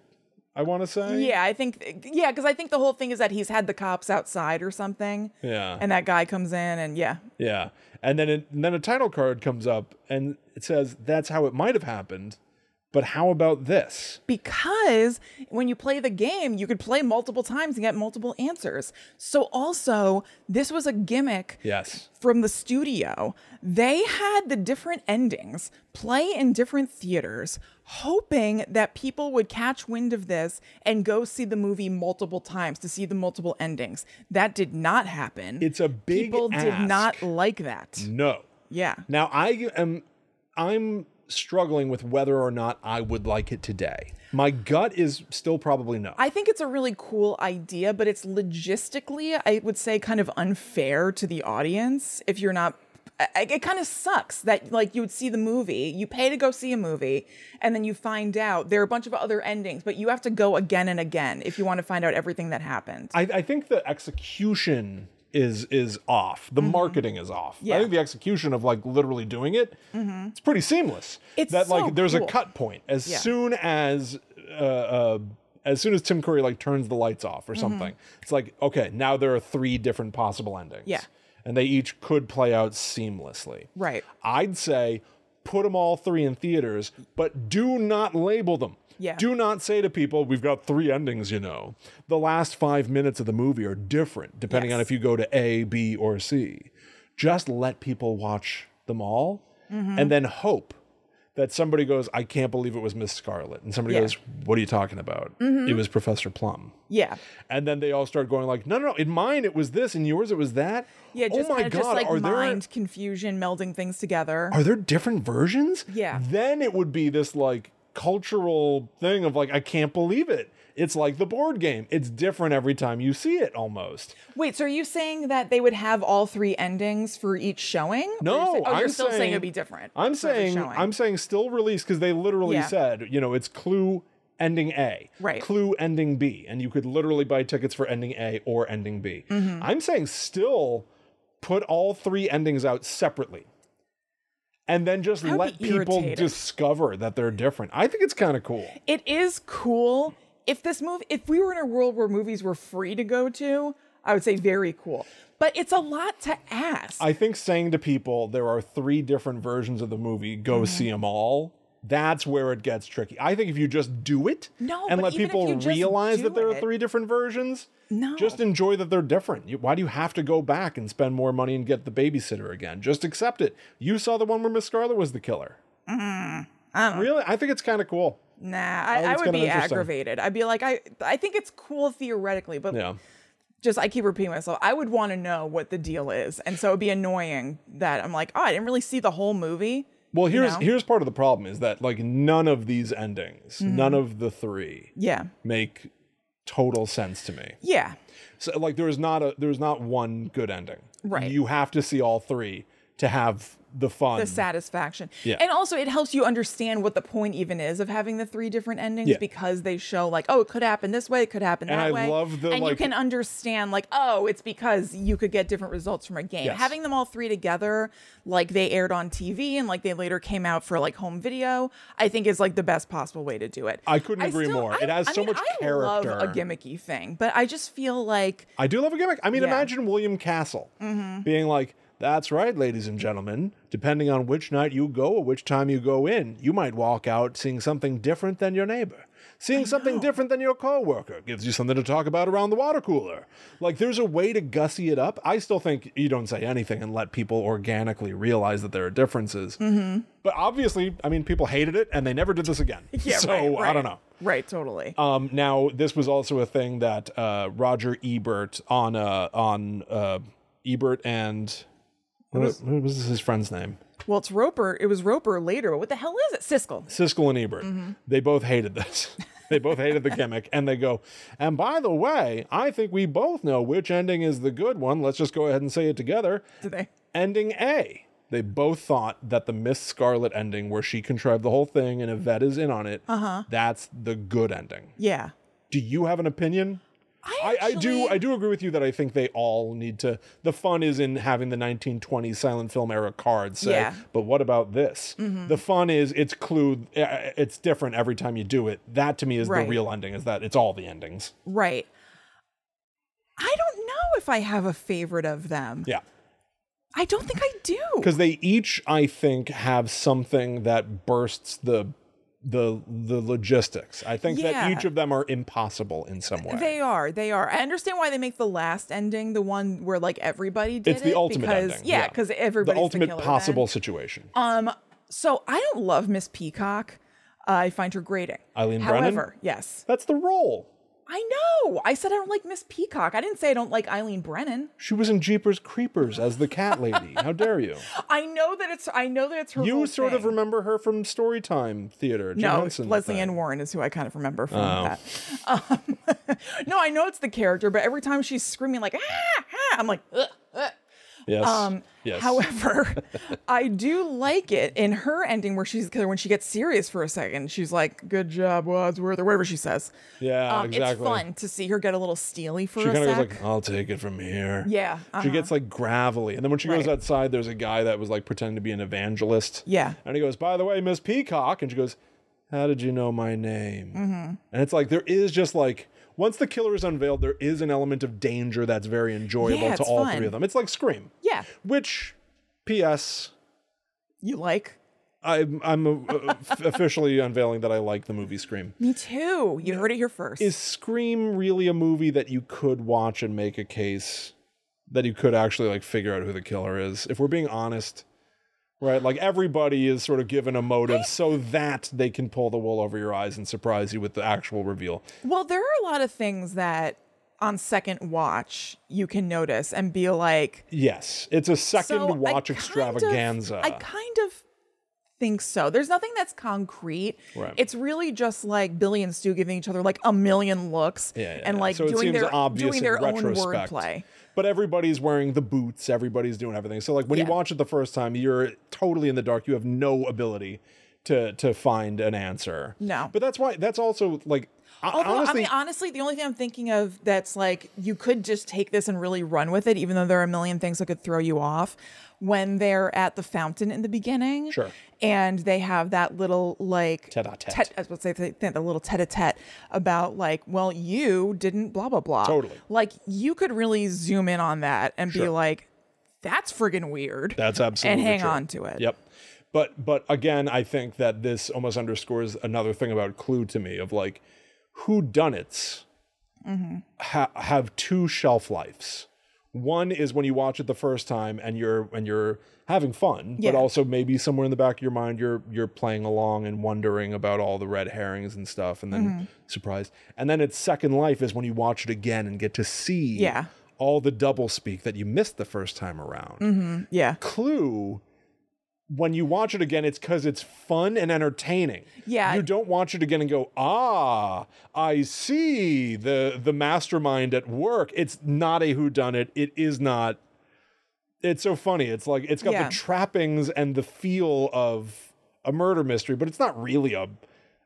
S1: I want to say,
S2: yeah, I think yeah, because I think the whole thing is that he's had the cops outside or something.
S1: Yeah.
S2: And that guy comes in and yeah.
S1: Yeah. And then it, and then a title card comes up and it says that's how it might have happened, but how about this?
S2: Because when you play the game, you could play multiple times and get multiple answers. So also, this was a gimmick
S1: Yes.
S2: from the studio, they had the different endings play in different theaters, hoping that people would catch wind of this and go see the movie multiple times to see the multiple endings. That did not happen.
S1: It's a big
S2: people did not
S1: ask.
S2: like that.
S1: No.
S2: Yeah.
S1: Now I am I'm struggling with whether or not I would like it today. My gut is still probably no.
S2: I think it's a really cool idea, but it's logistically, I would say, kind of unfair to the audience if you're not. I- I- It kind of sucks that like you would see the movie, you pay to go see a movie, and then you find out there are a bunch of other endings, but you have to go again and again if you want to find out everything that happened.
S1: I, I think the execution is is off. The marketing is off. I
S2: Mm-hmm. Yeah. Mm-hmm.
S1: think the execution of like literally doing it, it's pretty seamless.
S2: It's
S1: that like
S2: so
S1: there's a
S2: cool.
S1: cut point as
S2: Yeah.
S1: soon as uh, uh, as soon as Tim Curry like turns the lights off
S2: Mm-hmm.
S1: or something. It's like okay, now there are three different possible endings.
S2: Yeah.
S1: And they each could play out seamlessly.
S2: Right.
S1: I'd say put them all three in theaters, but do not label them.
S2: Yeah.
S1: Do not say to people, we've got three endings, you know. The last five minutes of the movie are different depending on
S2: Yes.
S1: if you go to A, B, or C. Just let people watch them all
S2: Mm-hmm.
S1: and then hope that somebody goes, I can't believe it was Miss Scarlet. And somebody
S2: Yeah. Mm-hmm.
S1: goes, What are you talking about? It was Professor Plum.
S2: Yeah.
S1: And then they all start going like, no, no, no, in mine it was this, in yours it was that.
S2: Yeah, just
S1: oh my
S2: kind of
S1: god,
S2: just like
S1: are there
S2: mind confusion, melding things together.
S1: are there different versions?
S2: Yeah.
S1: Then it would be this like cultural thing of like, I can't believe it. It's like the board game. It's different every time you see it almost.
S2: Wait, so are you saying that they would have all three endings for each showing? Or you're
S1: No,
S2: saying- oh,
S1: I'm
S2: you're still saying,
S1: saying-
S2: it'd be different.
S1: I'm
S2: for every
S1: saying
S2: showing.
S1: I'm saying still released because they literally
S2: Yeah.
S1: said, you know, it's clue ending A.
S2: Right.
S1: Clue ending B. And you could literally buy tickets for ending A or ending B.
S2: Mm-hmm.
S1: am saying still put all three endings out separately. And then just
S2: would
S1: let
S2: be
S1: people
S2: irritated.
S1: discover that they're different. I think it's kind of cool.
S2: it is cool if this movie if we were in a world where movies were free to go to i would say very cool but it's a lot to ask
S1: I think saying to people there are three different versions of the movie, go
S2: Mm-hmm.
S1: see them all. That's where it gets tricky. I think if you just do it
S2: No,
S1: and let
S2: but even if
S1: people
S2: you just
S1: realize that
S2: do
S1: there are
S2: it-
S1: three different versions,
S2: No.
S1: just enjoy that they're different. You, why do you have to go back and spend more money and get the babysitter again? Just accept it. You saw the one where Miss Scarlet was the killer.
S2: Mm-hmm. Uh-huh.
S1: Really? I think it's kind of cool.
S2: nah i, I
S1: it's
S2: would
S1: kinda
S2: be
S1: interesting.
S2: aggravated i'd be like i i think it's cool theoretically but
S1: Yeah.
S2: just i keep repeating myself i would want to know what the deal is and so it'd be annoying that i'm like oh i didn't really see the whole movie
S1: Well, here's
S2: know?
S1: here's part of the problem is that like none of these endings, none of the three
S2: Mm-hmm. yeah
S1: make total sense to me.
S2: yeah
S1: So like there is not a there is not one good ending.
S2: Right.
S1: You have to see all three to have the fun.
S2: the satisfaction.
S1: Mm-hmm. Yeah.
S2: And also it helps you understand what the point even is of having the three different endings
S1: Yeah.
S2: because they show like, oh, it could happen this way, it could happen
S1: And
S2: that
S1: I
S2: way.
S1: love the,
S2: and you
S1: like-
S2: can understand like, oh, it's because you could get different results from a game.
S1: Yes.
S2: Having them all three together, like they aired on TV and like they later came out for like home video, I think is like the best possible way to do it.
S1: I couldn't agree more. It has so
S2: mean,
S1: much
S2: I love a
S1: character.
S2: gimmicky thing, but I just feel like
S1: I do love a gimmick. I mean,
S2: Yeah. Mm-hmm.
S1: imagine William Castle being like, that's right, ladies and gentlemen. Depending on which night you go or which time you go in, you might walk out seeing something different than your neighbor. Seeing something different than your coworker gives you something to talk about around the water cooler. Like, there's a way to gussy it up. I still think you don't say anything and let people organically realize that there are differences.
S2: Mm-hmm.
S1: But obviously, I mean, people hated it and they never did this again.
S2: yeah,
S1: so
S2: right,
S1: I
S2: right.
S1: don't know.
S2: Right, totally.
S1: Um, now, this was also a thing that uh, Roger Ebert on uh, on uh, Ebert and what was, what was his friend's name?
S2: well, it's Roper. It was Roper later, but what the hell is it? Siskel.
S1: Siskel and Ebert. They both hated this. they both hated the gimmick, and they go. And by the way, I think we both know which ending is the good one. Let's just go ahead and say it together.
S2: Did they?
S1: Ending A. They both thought that the Miss Scarlet ending, where she contrived the whole thing and Yvette is in on it, uh-huh. that's the good ending.
S2: Yeah.
S1: Do you have an opinion? I, I do I do agree with you that I think they all need to the fun is in having the 1920s silent film era cards say
S2: Yeah. Mm-hmm.
S1: but what about this the fun is it's clued uh, it's different every time you do it that to me is
S2: Right.
S1: the real ending is that it's all the endings
S2: Right. I don't know if I have a favorite of them.
S1: yeah
S2: I don't think I do.
S1: because they each I think have something that bursts the the the logistics I think that
S2: Yeah.
S1: each of them are impossible in some way
S2: They are. They are. I understand why they make the last ending the one where like everybody did
S1: it's the
S2: it,
S1: ultimate
S2: because,
S1: ending
S2: Yeah, because everybody's
S1: the ultimate
S2: killer then.
S1: possible situation
S2: Um. So I don't love Miss Peacock. I find her grating.
S1: Eileen Brennan?
S2: However, yes,
S1: that's the role
S2: I know. I said I don't like Miss Peacock. I didn't say I don't like Eileen Brennan.
S1: She was in Jeepers Creepers as the cat lady. How dare you?
S2: I know that it's. I know that it's her.
S1: You
S2: whole
S1: sort of
S2: thing.
S1: remember her from Storytime Theater. Jim
S2: No,
S1: Henson
S2: Leslie
S1: thing. Oh.
S2: Ann Warren is who I kind of remember from that. Um, no, I know it's the character, but every time she's screaming like ah, ah I'm like Ugh.
S1: Yes.
S2: um.
S1: yes.
S2: However, I do like it in her ending where she's 'cause when she gets serious for a second, she's like, "Good job, Wadsworth," or whatever she says.
S1: yeah,
S2: Um,
S1: exactly.
S2: It's fun to see her get a little steely for
S1: She
S2: a
S1: kind of
S2: sec.
S1: goes like, "I'll take it from here."
S2: Yeah,
S1: She
S2: uh-huh.
S1: gets like gravelly, and then when she goes
S2: Right.
S1: outside, there's a guy that was like pretending to be an evangelist.
S2: Yeah.
S1: And he goes, "By the way, Miss Peacock," and she goes, "How did you know my name?" Mm-hmm. And it's like there is just like. Once the killer is unveiled, there is an element of danger that's very enjoyable
S2: Yeah,
S1: to
S2: it's
S1: all
S2: fun.
S1: three of them. It's like Scream.
S2: yeah,
S1: Which, P.S.
S2: you like.
S1: I'm I'm uh, officially unveiling that I like the movie Scream.
S2: Me too. You heard it here first.
S1: Is Scream really a movie that you could watch and make a case that you could actually like figure out who the killer is? If we're being honest, right? Like everybody is sort of given a motive so that they can pull the wool over your eyes and surprise you with the actual reveal.
S2: Well, there are a lot of things that on second watch you can notice and be like,
S1: Yes, it's a second
S2: so I
S1: watch
S2: kind of-
S1: extravaganza.
S2: I kind of think so. There's nothing that's concrete.
S1: Right.
S2: It's really just like Billy and Stu giving each other like a million looks
S1: Yeah, yeah,
S2: and
S1: yeah.
S2: like
S1: So it
S2: doing,
S1: seems
S2: their,
S1: obvious
S2: doing
S1: in
S2: their own
S1: retrospect.
S2: wordplay.
S1: But everybody's wearing the boots, everybody's doing everything. So like when you
S2: Yeah.
S1: watch it the first time, you're totally in the dark. You have no ability to to find an answer.
S2: No.
S1: But that's why that's also like I-
S2: Although,
S1: honestly
S2: I mean, honestly, the only thing I'm thinking of that's like you could just take this and really run with it, even though there are a million things that could throw you off. When they're at the fountain in the beginning,
S1: Sure.
S2: and they have that little like
S1: Tête-à-tête.
S2: tête- I was about to say th- th- the little tete-a-tete about like, well, you didn't blah blah blah.
S1: Totally.
S2: Like you could really zoom in on that and be
S1: Sure.
S2: like, that's friggin' weird.
S1: That's absolutely
S2: and hang
S1: true.
S2: on to it.
S1: Yep. But but again, I think that this almost underscores another thing about Clue to me of like who done
S2: Mm-hmm.
S1: ha- have two shelf lives. One is when you watch it the first time and you're and you're having fun,
S2: Yeah.
S1: but also maybe somewhere in the back of your mind you're you're playing along and wondering about all the red herrings and stuff and then
S2: Mm-hmm.
S1: surprised. And then its second life is when you watch it again and get to see
S2: Yeah.
S1: all the double speak that you missed the first time around.
S2: Yeah.
S1: Clue, when you watch it again, it's because it's fun and entertaining.
S2: Yeah.
S1: You don't watch it again and go, ah, I see the the mastermind at work. It's not a whodunit. It is not it's so funny. It's like it's got
S2: Yeah.
S1: the trappings and the feel of a murder mystery, but it's not really a.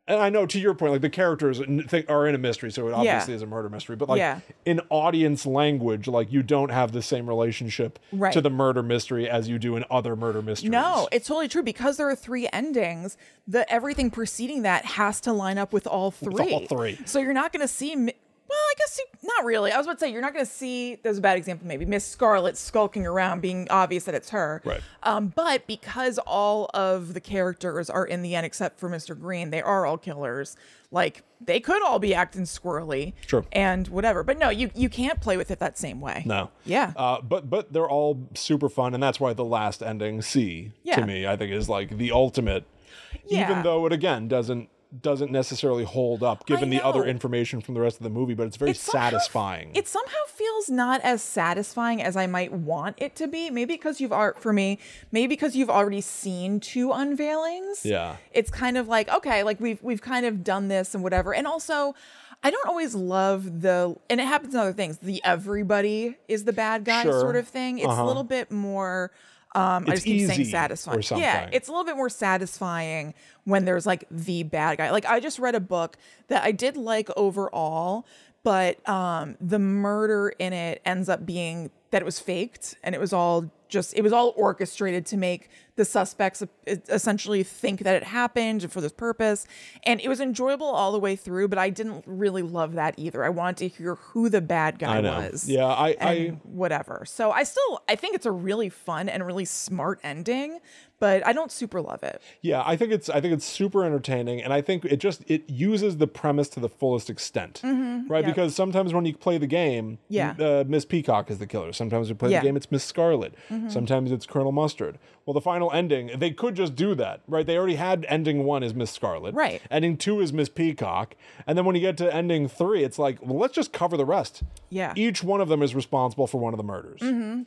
S1: And I know to your point, like the characters n- think- are in a mystery, so it obviously is a murder mystery. But like
S2: Yeah.
S1: in audience language, like you don't have the same relationship
S2: Right.
S1: to the murder mystery as you do in other murder mysteries.
S2: No, it's totally true because there are three endings. The everything preceding that has to line up with all three.
S1: all three.
S2: So you're not going to see. Mi- Well, I guess you, not really. I was about to say you're not going to see. There's a bad example, maybe Miss Scarlet skulking around, being obvious that it's her.
S1: Right.
S2: Um, but because all of the characters are in the end, except for Mr. Green, they are all killers. Like they could all be acting squirrely.
S1: Sure.
S2: And whatever. But no, you you can't play with it that same way.
S1: No.
S2: Yeah.
S1: Uh, but but they're all super fun, and that's why the last ending C
S2: Yeah.
S1: to me I think is like the ultimate.
S2: Yeah.
S1: Even though it again doesn't doesn't necessarily hold up given the other
S2: know.
S1: information from the rest of the movie, but it's very
S2: somehow-
S1: satisfying.
S2: it somehow feels not as satisfying as I might want it to be. Maybe because you've art for me, maybe because you've already seen two unveilings.
S1: Yeah.
S2: It's kind of like, okay, like we've we've kind of done this and whatever. And also I don't always love the and it happens in other things, the everybody is the bad guy
S1: Sure. Uh-huh.
S2: sort of thing. It's a little bit more um,
S1: It's
S2: I just keep saying
S1: easy
S2: satisfying.
S1: or
S2: Yeah,
S1: something.
S2: it's a little bit more satisfying when there's like the bad guy. Like I just read a book that I did like overall, but um the murder in it ends up being that it was faked and it was all just it was all orchestrated to make the suspects e- essentially think that it happened for this purpose and it was enjoyable all the way through but i didn't really love that either i wanted to hear who the bad guy
S1: I know.
S2: was
S1: Yeah, I, I
S2: and whatever. So I still I think it's a really fun and really smart ending, but I don't super love it.
S1: yeah, I think it's I think it's super entertaining, and I think it just it uses the premise to the fullest extent, right?
S2: Mm-hmm. yep.
S1: Because sometimes when you play the game,
S2: Yeah.
S1: uh, Miss Peacock is the killer. Sometimes we play
S2: Yeah. Mm-hmm.
S1: the game, it's Miss Scarlet. Sometimes it's Colonel Mustard. Well, the final ending, they could just do that, right? They already had ending one is Miss Scarlet,
S2: Right.
S1: Ending two is Miss Peacock, and then when you get to ending three, it's like, well, let's just cover the rest.
S2: Yeah. Mm-hmm.
S1: each one of them is responsible for one of the murders.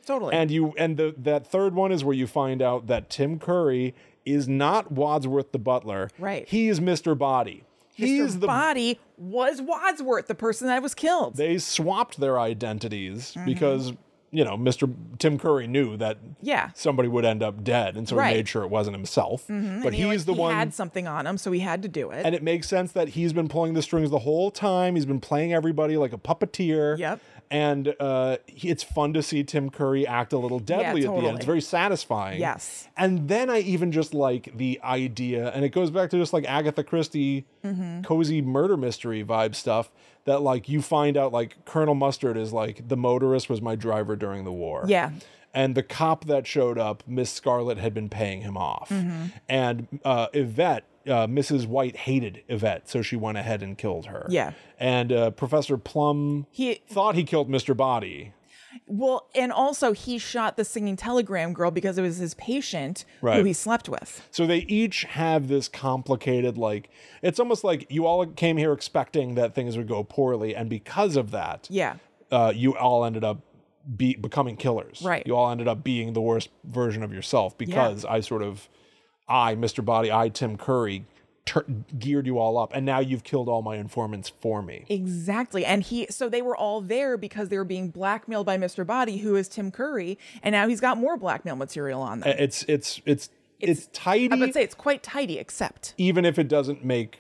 S2: Totally.
S1: And you and the that third one is where you find out that Tim Curry is not Wadsworth the butler.
S2: Right.
S1: He is Mr. Body. He is
S2: Mr.
S1: the
S2: body was Wadsworth, the person that was killed.
S1: they swapped their identities
S2: Mm-hmm.
S1: because you know, Mr. Tim Curry knew that
S2: Yeah.
S1: somebody would end up dead, and so
S2: Right.
S1: he made sure it wasn't himself. But
S2: You know,
S1: he's
S2: like,
S1: the
S2: he
S1: one
S2: had something on him, so he had to do it.
S1: and it makes sense that he's been pulling the strings the whole time. He's been playing everybody like a puppeteer.
S2: Yep.
S1: And uh, he- it's fun to see Tim Curry act a little deadly at the
S2: totally.
S1: end. It's very satisfying.
S2: Yes.
S1: And then I even just like the idea, and it goes back to just like Agatha Christie,
S2: Mm-hmm.
S1: cozy murder mystery vibe stuff. That like you find out like Colonel Mustard is like the motorist was my driver during the war.
S2: Yeah.
S1: And the cop that showed up, Miss Scarlet, had been paying him off.
S2: Mm-hmm.
S1: And uh, Yvette, uh, Mrs. White hated Yvette, so she went ahead and killed her.
S2: Yeah.
S1: And uh, Professor Plum
S2: He-
S1: thought he killed Mr. Body.
S2: well, and also he shot the singing telegram girl because it was his patient who
S1: Right.
S2: he slept with.
S1: So they each have this complicated, like, it's almost like you all came here expecting that things would go poorly. And because of that,
S2: Yeah.
S1: uh, you all ended up be becoming killers.
S2: Right.
S1: You all ended up being the worst version of yourself because I sort of, I, Mr. Body, I, Tim Curry, tur geared you all up, and now you've killed all my informants for me.
S2: Exactly. And he, so they were all there because they were being blackmailed by Mr. Body, who is Tim Curry. And now he's got more blackmail material on them.
S1: It's it's it's it's,
S2: I would
S1: tidy,
S2: say it's quite tidy, except.
S1: even if it doesn't make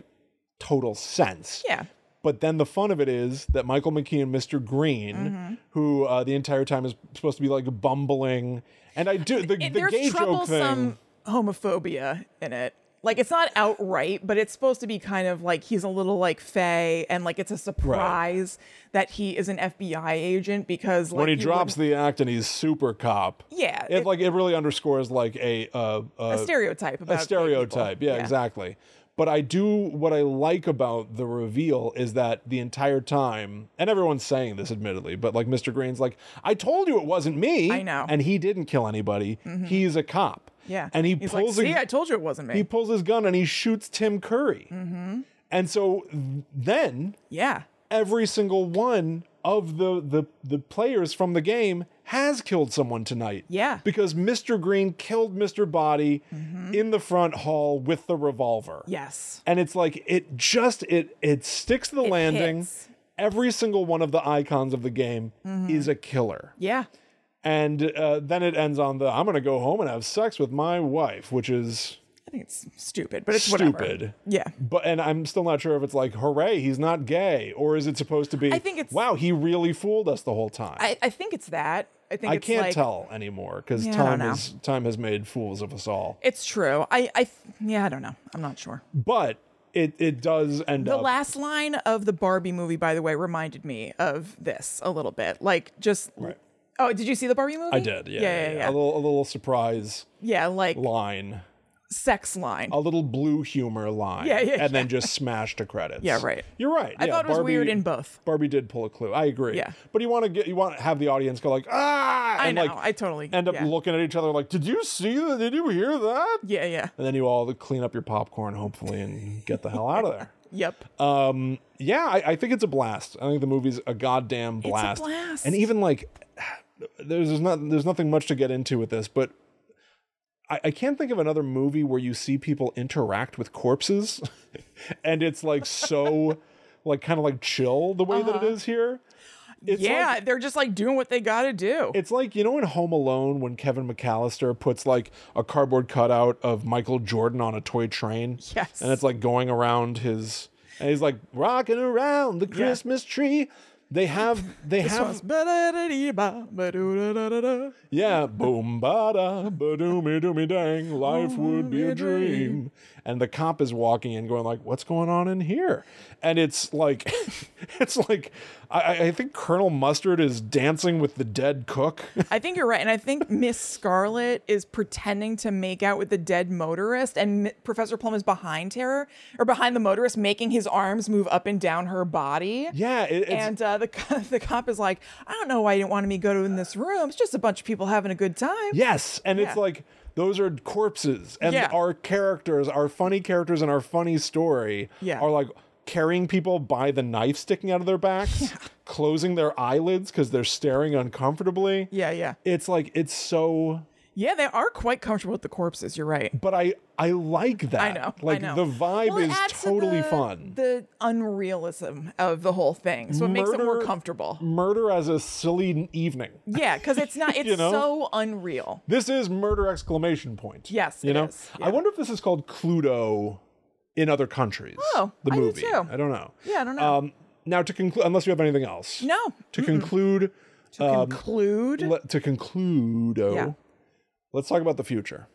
S1: total sense.
S2: Yeah.
S1: But then the fun of it is that Michael McKean, Mr. Green,
S2: Mm-hmm.
S1: who uh, the entire time is supposed to be like bumbling, and I do the,
S2: It-
S1: the gay
S2: there's
S1: joke thing.
S2: troublesome homophobia in it. Like it's not outright, but it's supposed to be kind of like he's a little like Faye, and like it's a surprise that he is an FBI agent because like
S1: when he
S2: you
S1: drops the act and he's super cop.
S2: Yeah,
S1: it,
S2: it-
S1: like it really undersures like a uh, uh,
S2: wouldn't- a stereotype about
S1: a
S2: gay people.
S1: stereotype. Yeah, exactly. But I do what I like about the reveal is that the entire time, and everyone's saying this admittedly, but like Mr. Green's like, I told you it wasn't me.
S2: I know. Mm-hmm.
S1: and he didn't kill anybody. He's a cop.
S2: Yeah,
S1: and he
S2: he's
S1: pulls
S2: Like, See,
S1: a,
S2: I told you it wasn't me.
S1: he pulls his gun and he shoots Tim Curry.
S2: Mm-hmm.
S1: And so then
S2: yeah,
S1: every single one of the the the players from the game has killed someone tonight.
S2: Yeah. Mm-hmm.
S1: Because Mr. Green killed Mr. Body in the front hall with the revolver.
S2: yes,
S1: And it's like it just it it sticks to the landing.
S2: hits. Mm-hmm.
S1: Every single one of the icons of the game is a killer.
S2: yeah.
S1: And uh, then it ends on the I'm going to go home and have sex with my wife, which is
S2: I think it's stupid, but it's
S1: Stupid.
S2: whatever. Yeah.
S1: but and I'm still not sure if it's like hooray he's not gay or is it supposed to be
S2: I think it's-
S1: wow he really fooled us the whole time.
S2: I, I think it's that. I think
S1: I
S2: it's
S1: can't
S2: like,
S1: tell anymore because
S2: Yeah, I don't
S1: time
S2: know.
S1: has time has made fools of us all.
S2: It's true. I, I, yeah, I don't know. I'm not sure.
S1: But it it does end
S2: The
S1: up
S2: last line of the Barbie movie, by the way, reminded me of this a little bit. Like just.
S1: Right.
S2: Oh, did you see the Barbie movie?
S1: I did, yeah,
S2: Yeah, yeah, yeah.
S1: A little a little surprise
S2: Yeah, like
S1: line,
S2: sex line.
S1: a little blue humor line,
S2: Yeah, yeah,
S1: and then just smash to credits.
S2: Yeah, right.
S1: You're right.
S2: I thought it was weird in both.
S1: Barbie did pull a clue. I agree.
S2: Yeah.
S1: But you want to get you want to have the audience go like ah,
S2: I
S1: and
S2: know.
S1: like
S2: I totally
S1: end up
S2: yeah.
S1: looking at each other like, did you see that? Did you hear that?
S2: Yeah, yeah.
S1: And then you all clean up your popcorn hopefully and get the hell out of there.
S2: Yep.
S1: yeah, I, I think it's a blast. I think the movie's a goddamn blast.
S2: blast.
S1: And even like, there's, there's not there's nothing much to get into with this, but I, I can't think of another movie where you see people interact with corpses, and it's like so, like kind of like chill the way that it is here. It's
S2: Uh-huh. yeah,
S1: Like,
S2: they're just like doing what they got to do.
S1: it's like you know in Home Alone when Kevin McAllister puts like a cardboard cutout of Michael Jordan on a toy train.
S2: Yes.
S1: And it's like going around his and he's like rocking around the Christmas tree. They have they have
S2: That's
S1: yeah boom bada badoomy doomy dang life would be a dream and the cop is walking in going like what's going on in here and it's like it's like I, I- I think Colonel Mustard is dancing with the dead cook
S2: I think you're right, and I think Miss Scarlet is pretending to make out with the dead motorist, and M- Professor Plum is behind her or behind the motorist, making his arms move up and down her body.
S1: yeah it, it's,
S2: And uh, the co- the cop is like, I don't know why you didn't want me to go to in this room. It's just a bunch of people having a good time.
S1: Yes, and it's
S2: Yeah.
S1: like those are corpses, and
S2: Yeah.
S1: our characters, our funny characters, and our funny story
S2: Yeah.
S1: are like carrying people by the knife sticking out of their backs, closing their eyelids because they're staring uncomfortably.
S2: Yeah, yeah,
S1: It's like it's so,
S2: yeah. They are quite comfortable with the corpses. You're right.
S1: but I I like that.
S2: I know.
S1: Like
S2: I know.
S1: the vibe
S2: Well, it
S1: is
S2: adds to
S1: totally
S2: the-
S1: fun.
S2: The unrealism of the whole thing, so it makes it more
S1: Murder-
S2: comfortable.
S1: Murder as a silly evening.
S2: Yeah, because it's not. It's
S1: You know?
S2: so unreal.
S1: This is murder exclamation point.
S2: Yes,
S1: you
S2: it
S1: know.
S2: is,
S1: I
S2: yeah.
S1: wonder if this is called Cluedo in other countries.
S2: Oh,
S1: the
S2: I do
S1: movie.
S2: too.
S1: I don't know.
S2: Yeah, I don't know.
S1: Um, now to conclude, unless you have anything else.
S2: no.
S1: To conclude,
S2: To
S1: Um,
S2: conclude,
S1: le- to conclude, oh,
S2: Yeah. Oh.
S1: let's talk about the future.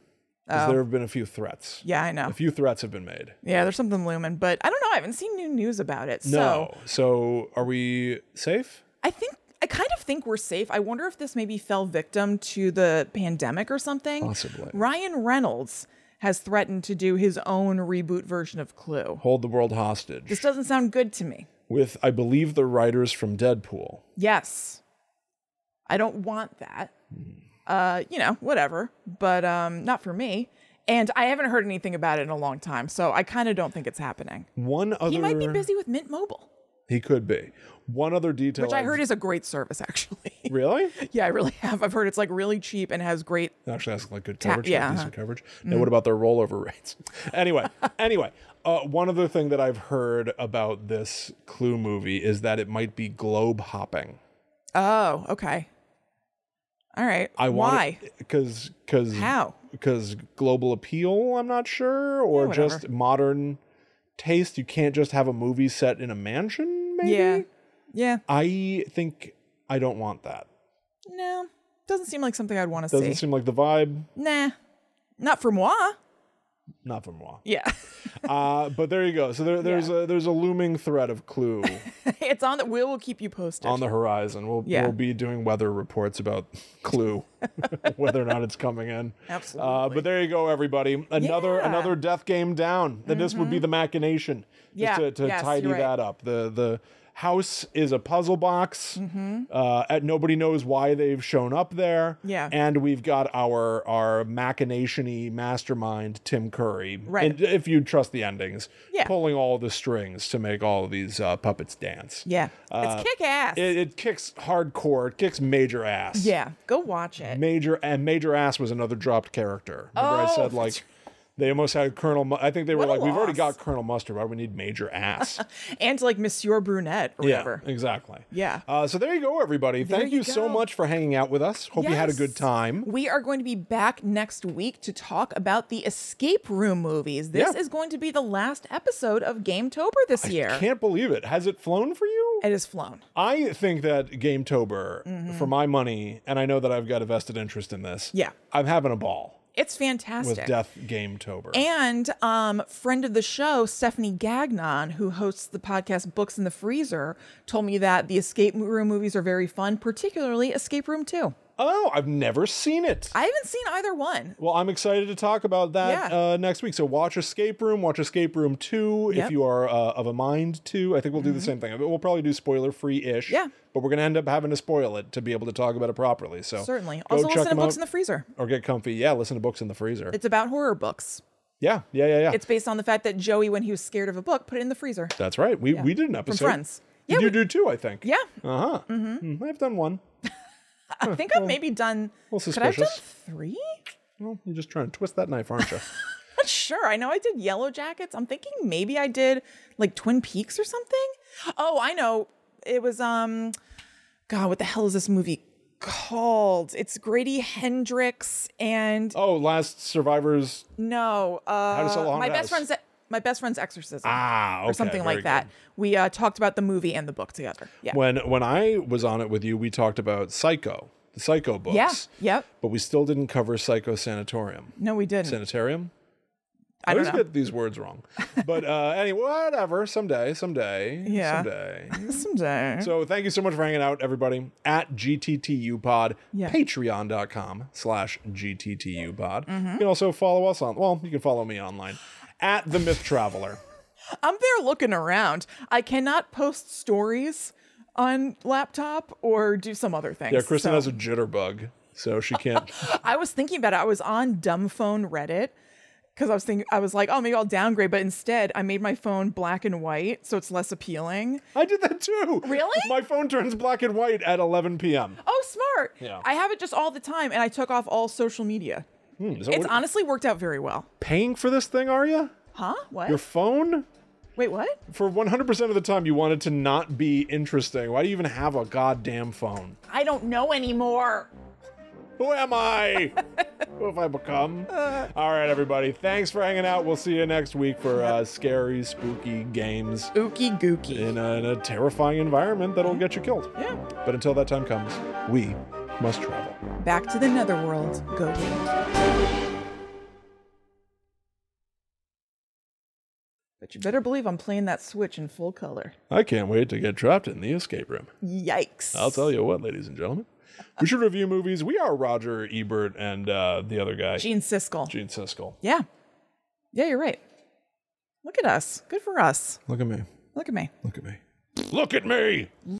S1: 'Cause there have been a few threats.
S2: yeah, I
S1: A
S2: know.
S1: few threats have been made.
S2: Yeah, there's something looming, but I don't know. I haven't seen new news about it. So
S1: No. So are we safe?
S2: I think I kind of think we're safe. I wonder if this maybe fell victim to the pandemic or something.
S1: Possibly.
S2: Ryan Reynolds has threatened to do his own reboot version of Clue.
S1: Hold the world hostage
S2: This doesn't sound good to me.
S1: with, I believe, the writers from Deadpool.
S2: Yes. I don't want that.
S1: Hmm.
S2: Uh, you know, whatever, but um not for me. And I haven't heard anything about it in a long time, so I kind of don't think it's happening.
S1: One other
S2: He might be busy with Mint Mobile,
S1: He could be. One other detail.
S2: which I
S1: I've-
S2: heard is a great service actually.
S1: Really?
S2: yeah, I really have. I've heard it's like really cheap and has great
S1: Actually, that's like good coverage.
S2: yeah,
S1: Yeah,
S2: uh-huh.
S1: decent coverage. Now, what about their rollover rates? anyway, anyway, uh, one other thing that I've heard about this Clue movie is that it might be globe hopping.
S2: Oh, okay. All right.
S1: I want
S2: Why?
S1: because because
S2: How?
S1: because global appeal. I'm not sure, or
S2: whatever.
S1: just modern taste. You can't just have a movie set in a mansion. Maybe.
S2: Yeah. Yeah.
S1: I think I don't want that.
S2: No. Doesn't seem like something I'd want to
S1: Doesn't
S2: see.
S1: seem like the vibe.
S2: nah. Not for moi.
S1: Not for moi.
S2: Yeah.
S1: Uh, but there you go. So there, there's a there's a looming threat of Clue.
S2: it's on the we will keep you posted.
S1: on the horizon. We'll
S2: Yeah.
S1: we'll be doing weather reports about Clue, whether or not it's coming in.
S2: Absolutely.
S1: Uh, but there you go, everybody. Another
S2: Yeah. Mm-hmm.
S1: another death game down. And this would be the machination.
S2: Yeah.
S1: Just to, to
S2: Yes,
S1: tidy
S2: you're right.
S1: that up. The the house is a puzzle box.
S2: Mm-hmm.
S1: Uh, at nobody knows why they've shown up there.
S2: Yeah.
S1: And we've got our our machination-y mastermind Tim Curry.
S2: Right.
S1: And if you trust the endings,
S2: Yeah.
S1: pulling all the strings to make all of these uh, puppets dance.
S2: yeah.
S1: Uh,
S2: it's kick ass.
S1: It, it kicks hardcore. It kicks major ass.
S2: yeah. Go watch it.
S1: Major and major ass was another dropped character. Remember I
S2: Oh,
S1: said like They almost had Colonel. Mu- I think they were
S2: What a
S1: like, we've already
S2: loss."
S1: got Colonel Mustard. Why do we need Major Ass?
S2: and like Monsieur Brunette or whatever.
S1: Yeah, exactly.
S2: Yeah.
S1: Uh, so there you go, everybody. Thank you,
S2: you
S1: so
S2: go.
S1: much for hanging out with us. Hope you had a good
S2: Yes.
S1: time.
S2: We are going to be back next week to talk about the escape room movies. This
S1: Yeah.
S2: is going to be the last episode of Gametober this year.
S1: Can't believe it. Has it flown for you?
S2: It is flown.
S1: I think that Gametober, for my money, and I know that I've got a vested interest in this.
S2: Mm-hmm. Yeah.
S1: I'm having a ball
S2: It's
S1: with
S2: fantastic.
S1: Death Gametober.
S2: And um, friend of the show, Stephanie Gagnon, who hosts the podcast Books in the Freezer, told me that the escape room movies are very fun, particularly Escape Room 2.
S1: oh, I've never seen it.
S2: I haven't seen either one.
S1: Well, I'm excited to talk about that
S2: Yeah.
S1: uh, next week. So watch Escape Room, watch Escape Room 2 if
S2: Yep. Mm-hmm.
S1: you are uh, of a mind to. I think we'll do the same thing. We'll probably do spoiler free ish.
S2: Yeah.
S1: But we're going to end up having to spoil it to be able to talk about it properly. So
S2: Certainly.
S1: Go
S2: Also,
S1: check
S2: listen to
S1: them
S2: Books
S1: out
S2: in the Freezer.
S1: or get comfy. Yeah, listen to books in the freezer.
S2: It's about horror books.
S1: yeah, yeah, yeah, yeah.
S2: It's based on the fact that Joey, when he was scared of a book, put it in the freezer.
S1: That's right. We we did an episode.
S2: Friends.
S1: Did
S2: Yeah,
S1: you do two, I think.
S2: Yeah,
S1: Uh huh. Mm-hmm. I've done one.
S2: I think I've maybe done.
S1: Well,
S2: Could I have done
S1: suspicious.
S2: three?
S1: Well, you're just trying to twist that knife, aren't you?
S2: Not sure. I know I did Yellow Jackets. I'm thinking maybe I did like Twin Peaks or something. Oh, I know. It was um, God, what the hell is this movie called? It's Grady Hendrix and
S1: oh, last Survivor's.
S2: no,
S1: to Sell a
S2: uh, my
S1: Haunted House.
S2: best friend's my best friend's exorcism
S1: Ah, okay,
S2: or something
S1: very
S2: like that.
S1: good.
S2: We uh, talked about the movie and the book together. Yeah.
S1: When when I was on it with you, we talked about Psycho, the Psycho books.
S2: yeah. Yep.
S1: But we still didn't cover Psycho Sanatorium.
S2: No, we didn't.
S1: Sanitarium.
S2: I
S1: always
S2: don't know.
S1: get these words wrong. But uh, anyway, whatever. Someday, someday,
S2: Yeah.
S1: someday.
S2: Someday.
S1: So thank you so much for hanging out, everybody. At GTTU Pod,
S2: Yeah.
S1: patreon.com slash GTTU Pod.
S2: Mm-hmm.
S1: You can also follow us on, well, you can follow me online at The Myth Traveler.
S2: I'm there looking around. I cannot post stories on laptop or do some other things.
S1: Yeah, Kristen
S2: so-
S1: has a jitterbug, so she can't.
S2: I was thinking about it. I was on dumb phone Reddit because I was thinking I was like, oh, maybe I'll downgrade, but instead I made my phone black and white so it's less appealing.
S1: I did that too.
S2: Really?
S1: My phone turns black and white at 11 p.m.
S2: Oh, smart!
S1: Yeah.
S2: I have it just all the time, and I took off all social media.
S1: Hmm, so
S2: It's
S1: what-
S2: honestly worked out very well.
S1: paying for this thing, are you?
S2: Huh? What?
S1: Your phone?
S2: Wait, what?
S1: For 100% of the time, you want it to not be interesting. Why do you even have a goddamn phone?
S2: I don't know anymore.
S1: Who am I? Who have I become?
S2: Uh.
S1: All right, everybody. Thanks for hanging out. We'll see you next week for uh, scary, spooky games
S2: Ookie gookie.
S1: in a, in a terrifying environment that'll get you killed.
S2: Yeah.
S1: But until that time comes, we must travel.
S2: Back to the netherworld. Go we. But you better believe I'm playing that Switch in full color.
S1: I can't wait to get trapped in the escape room.
S2: Yikes.
S1: I'll tell you what, ladies and gentlemen. We should review movies. We are Roger Ebert and uh, the other guy,
S2: Gene Siskel.
S1: Gene Siskel.
S2: Yeah. Yeah, you're right. Look at us. Good for us.
S1: Look at me.
S2: Look at me.
S1: Look at me. Look at me!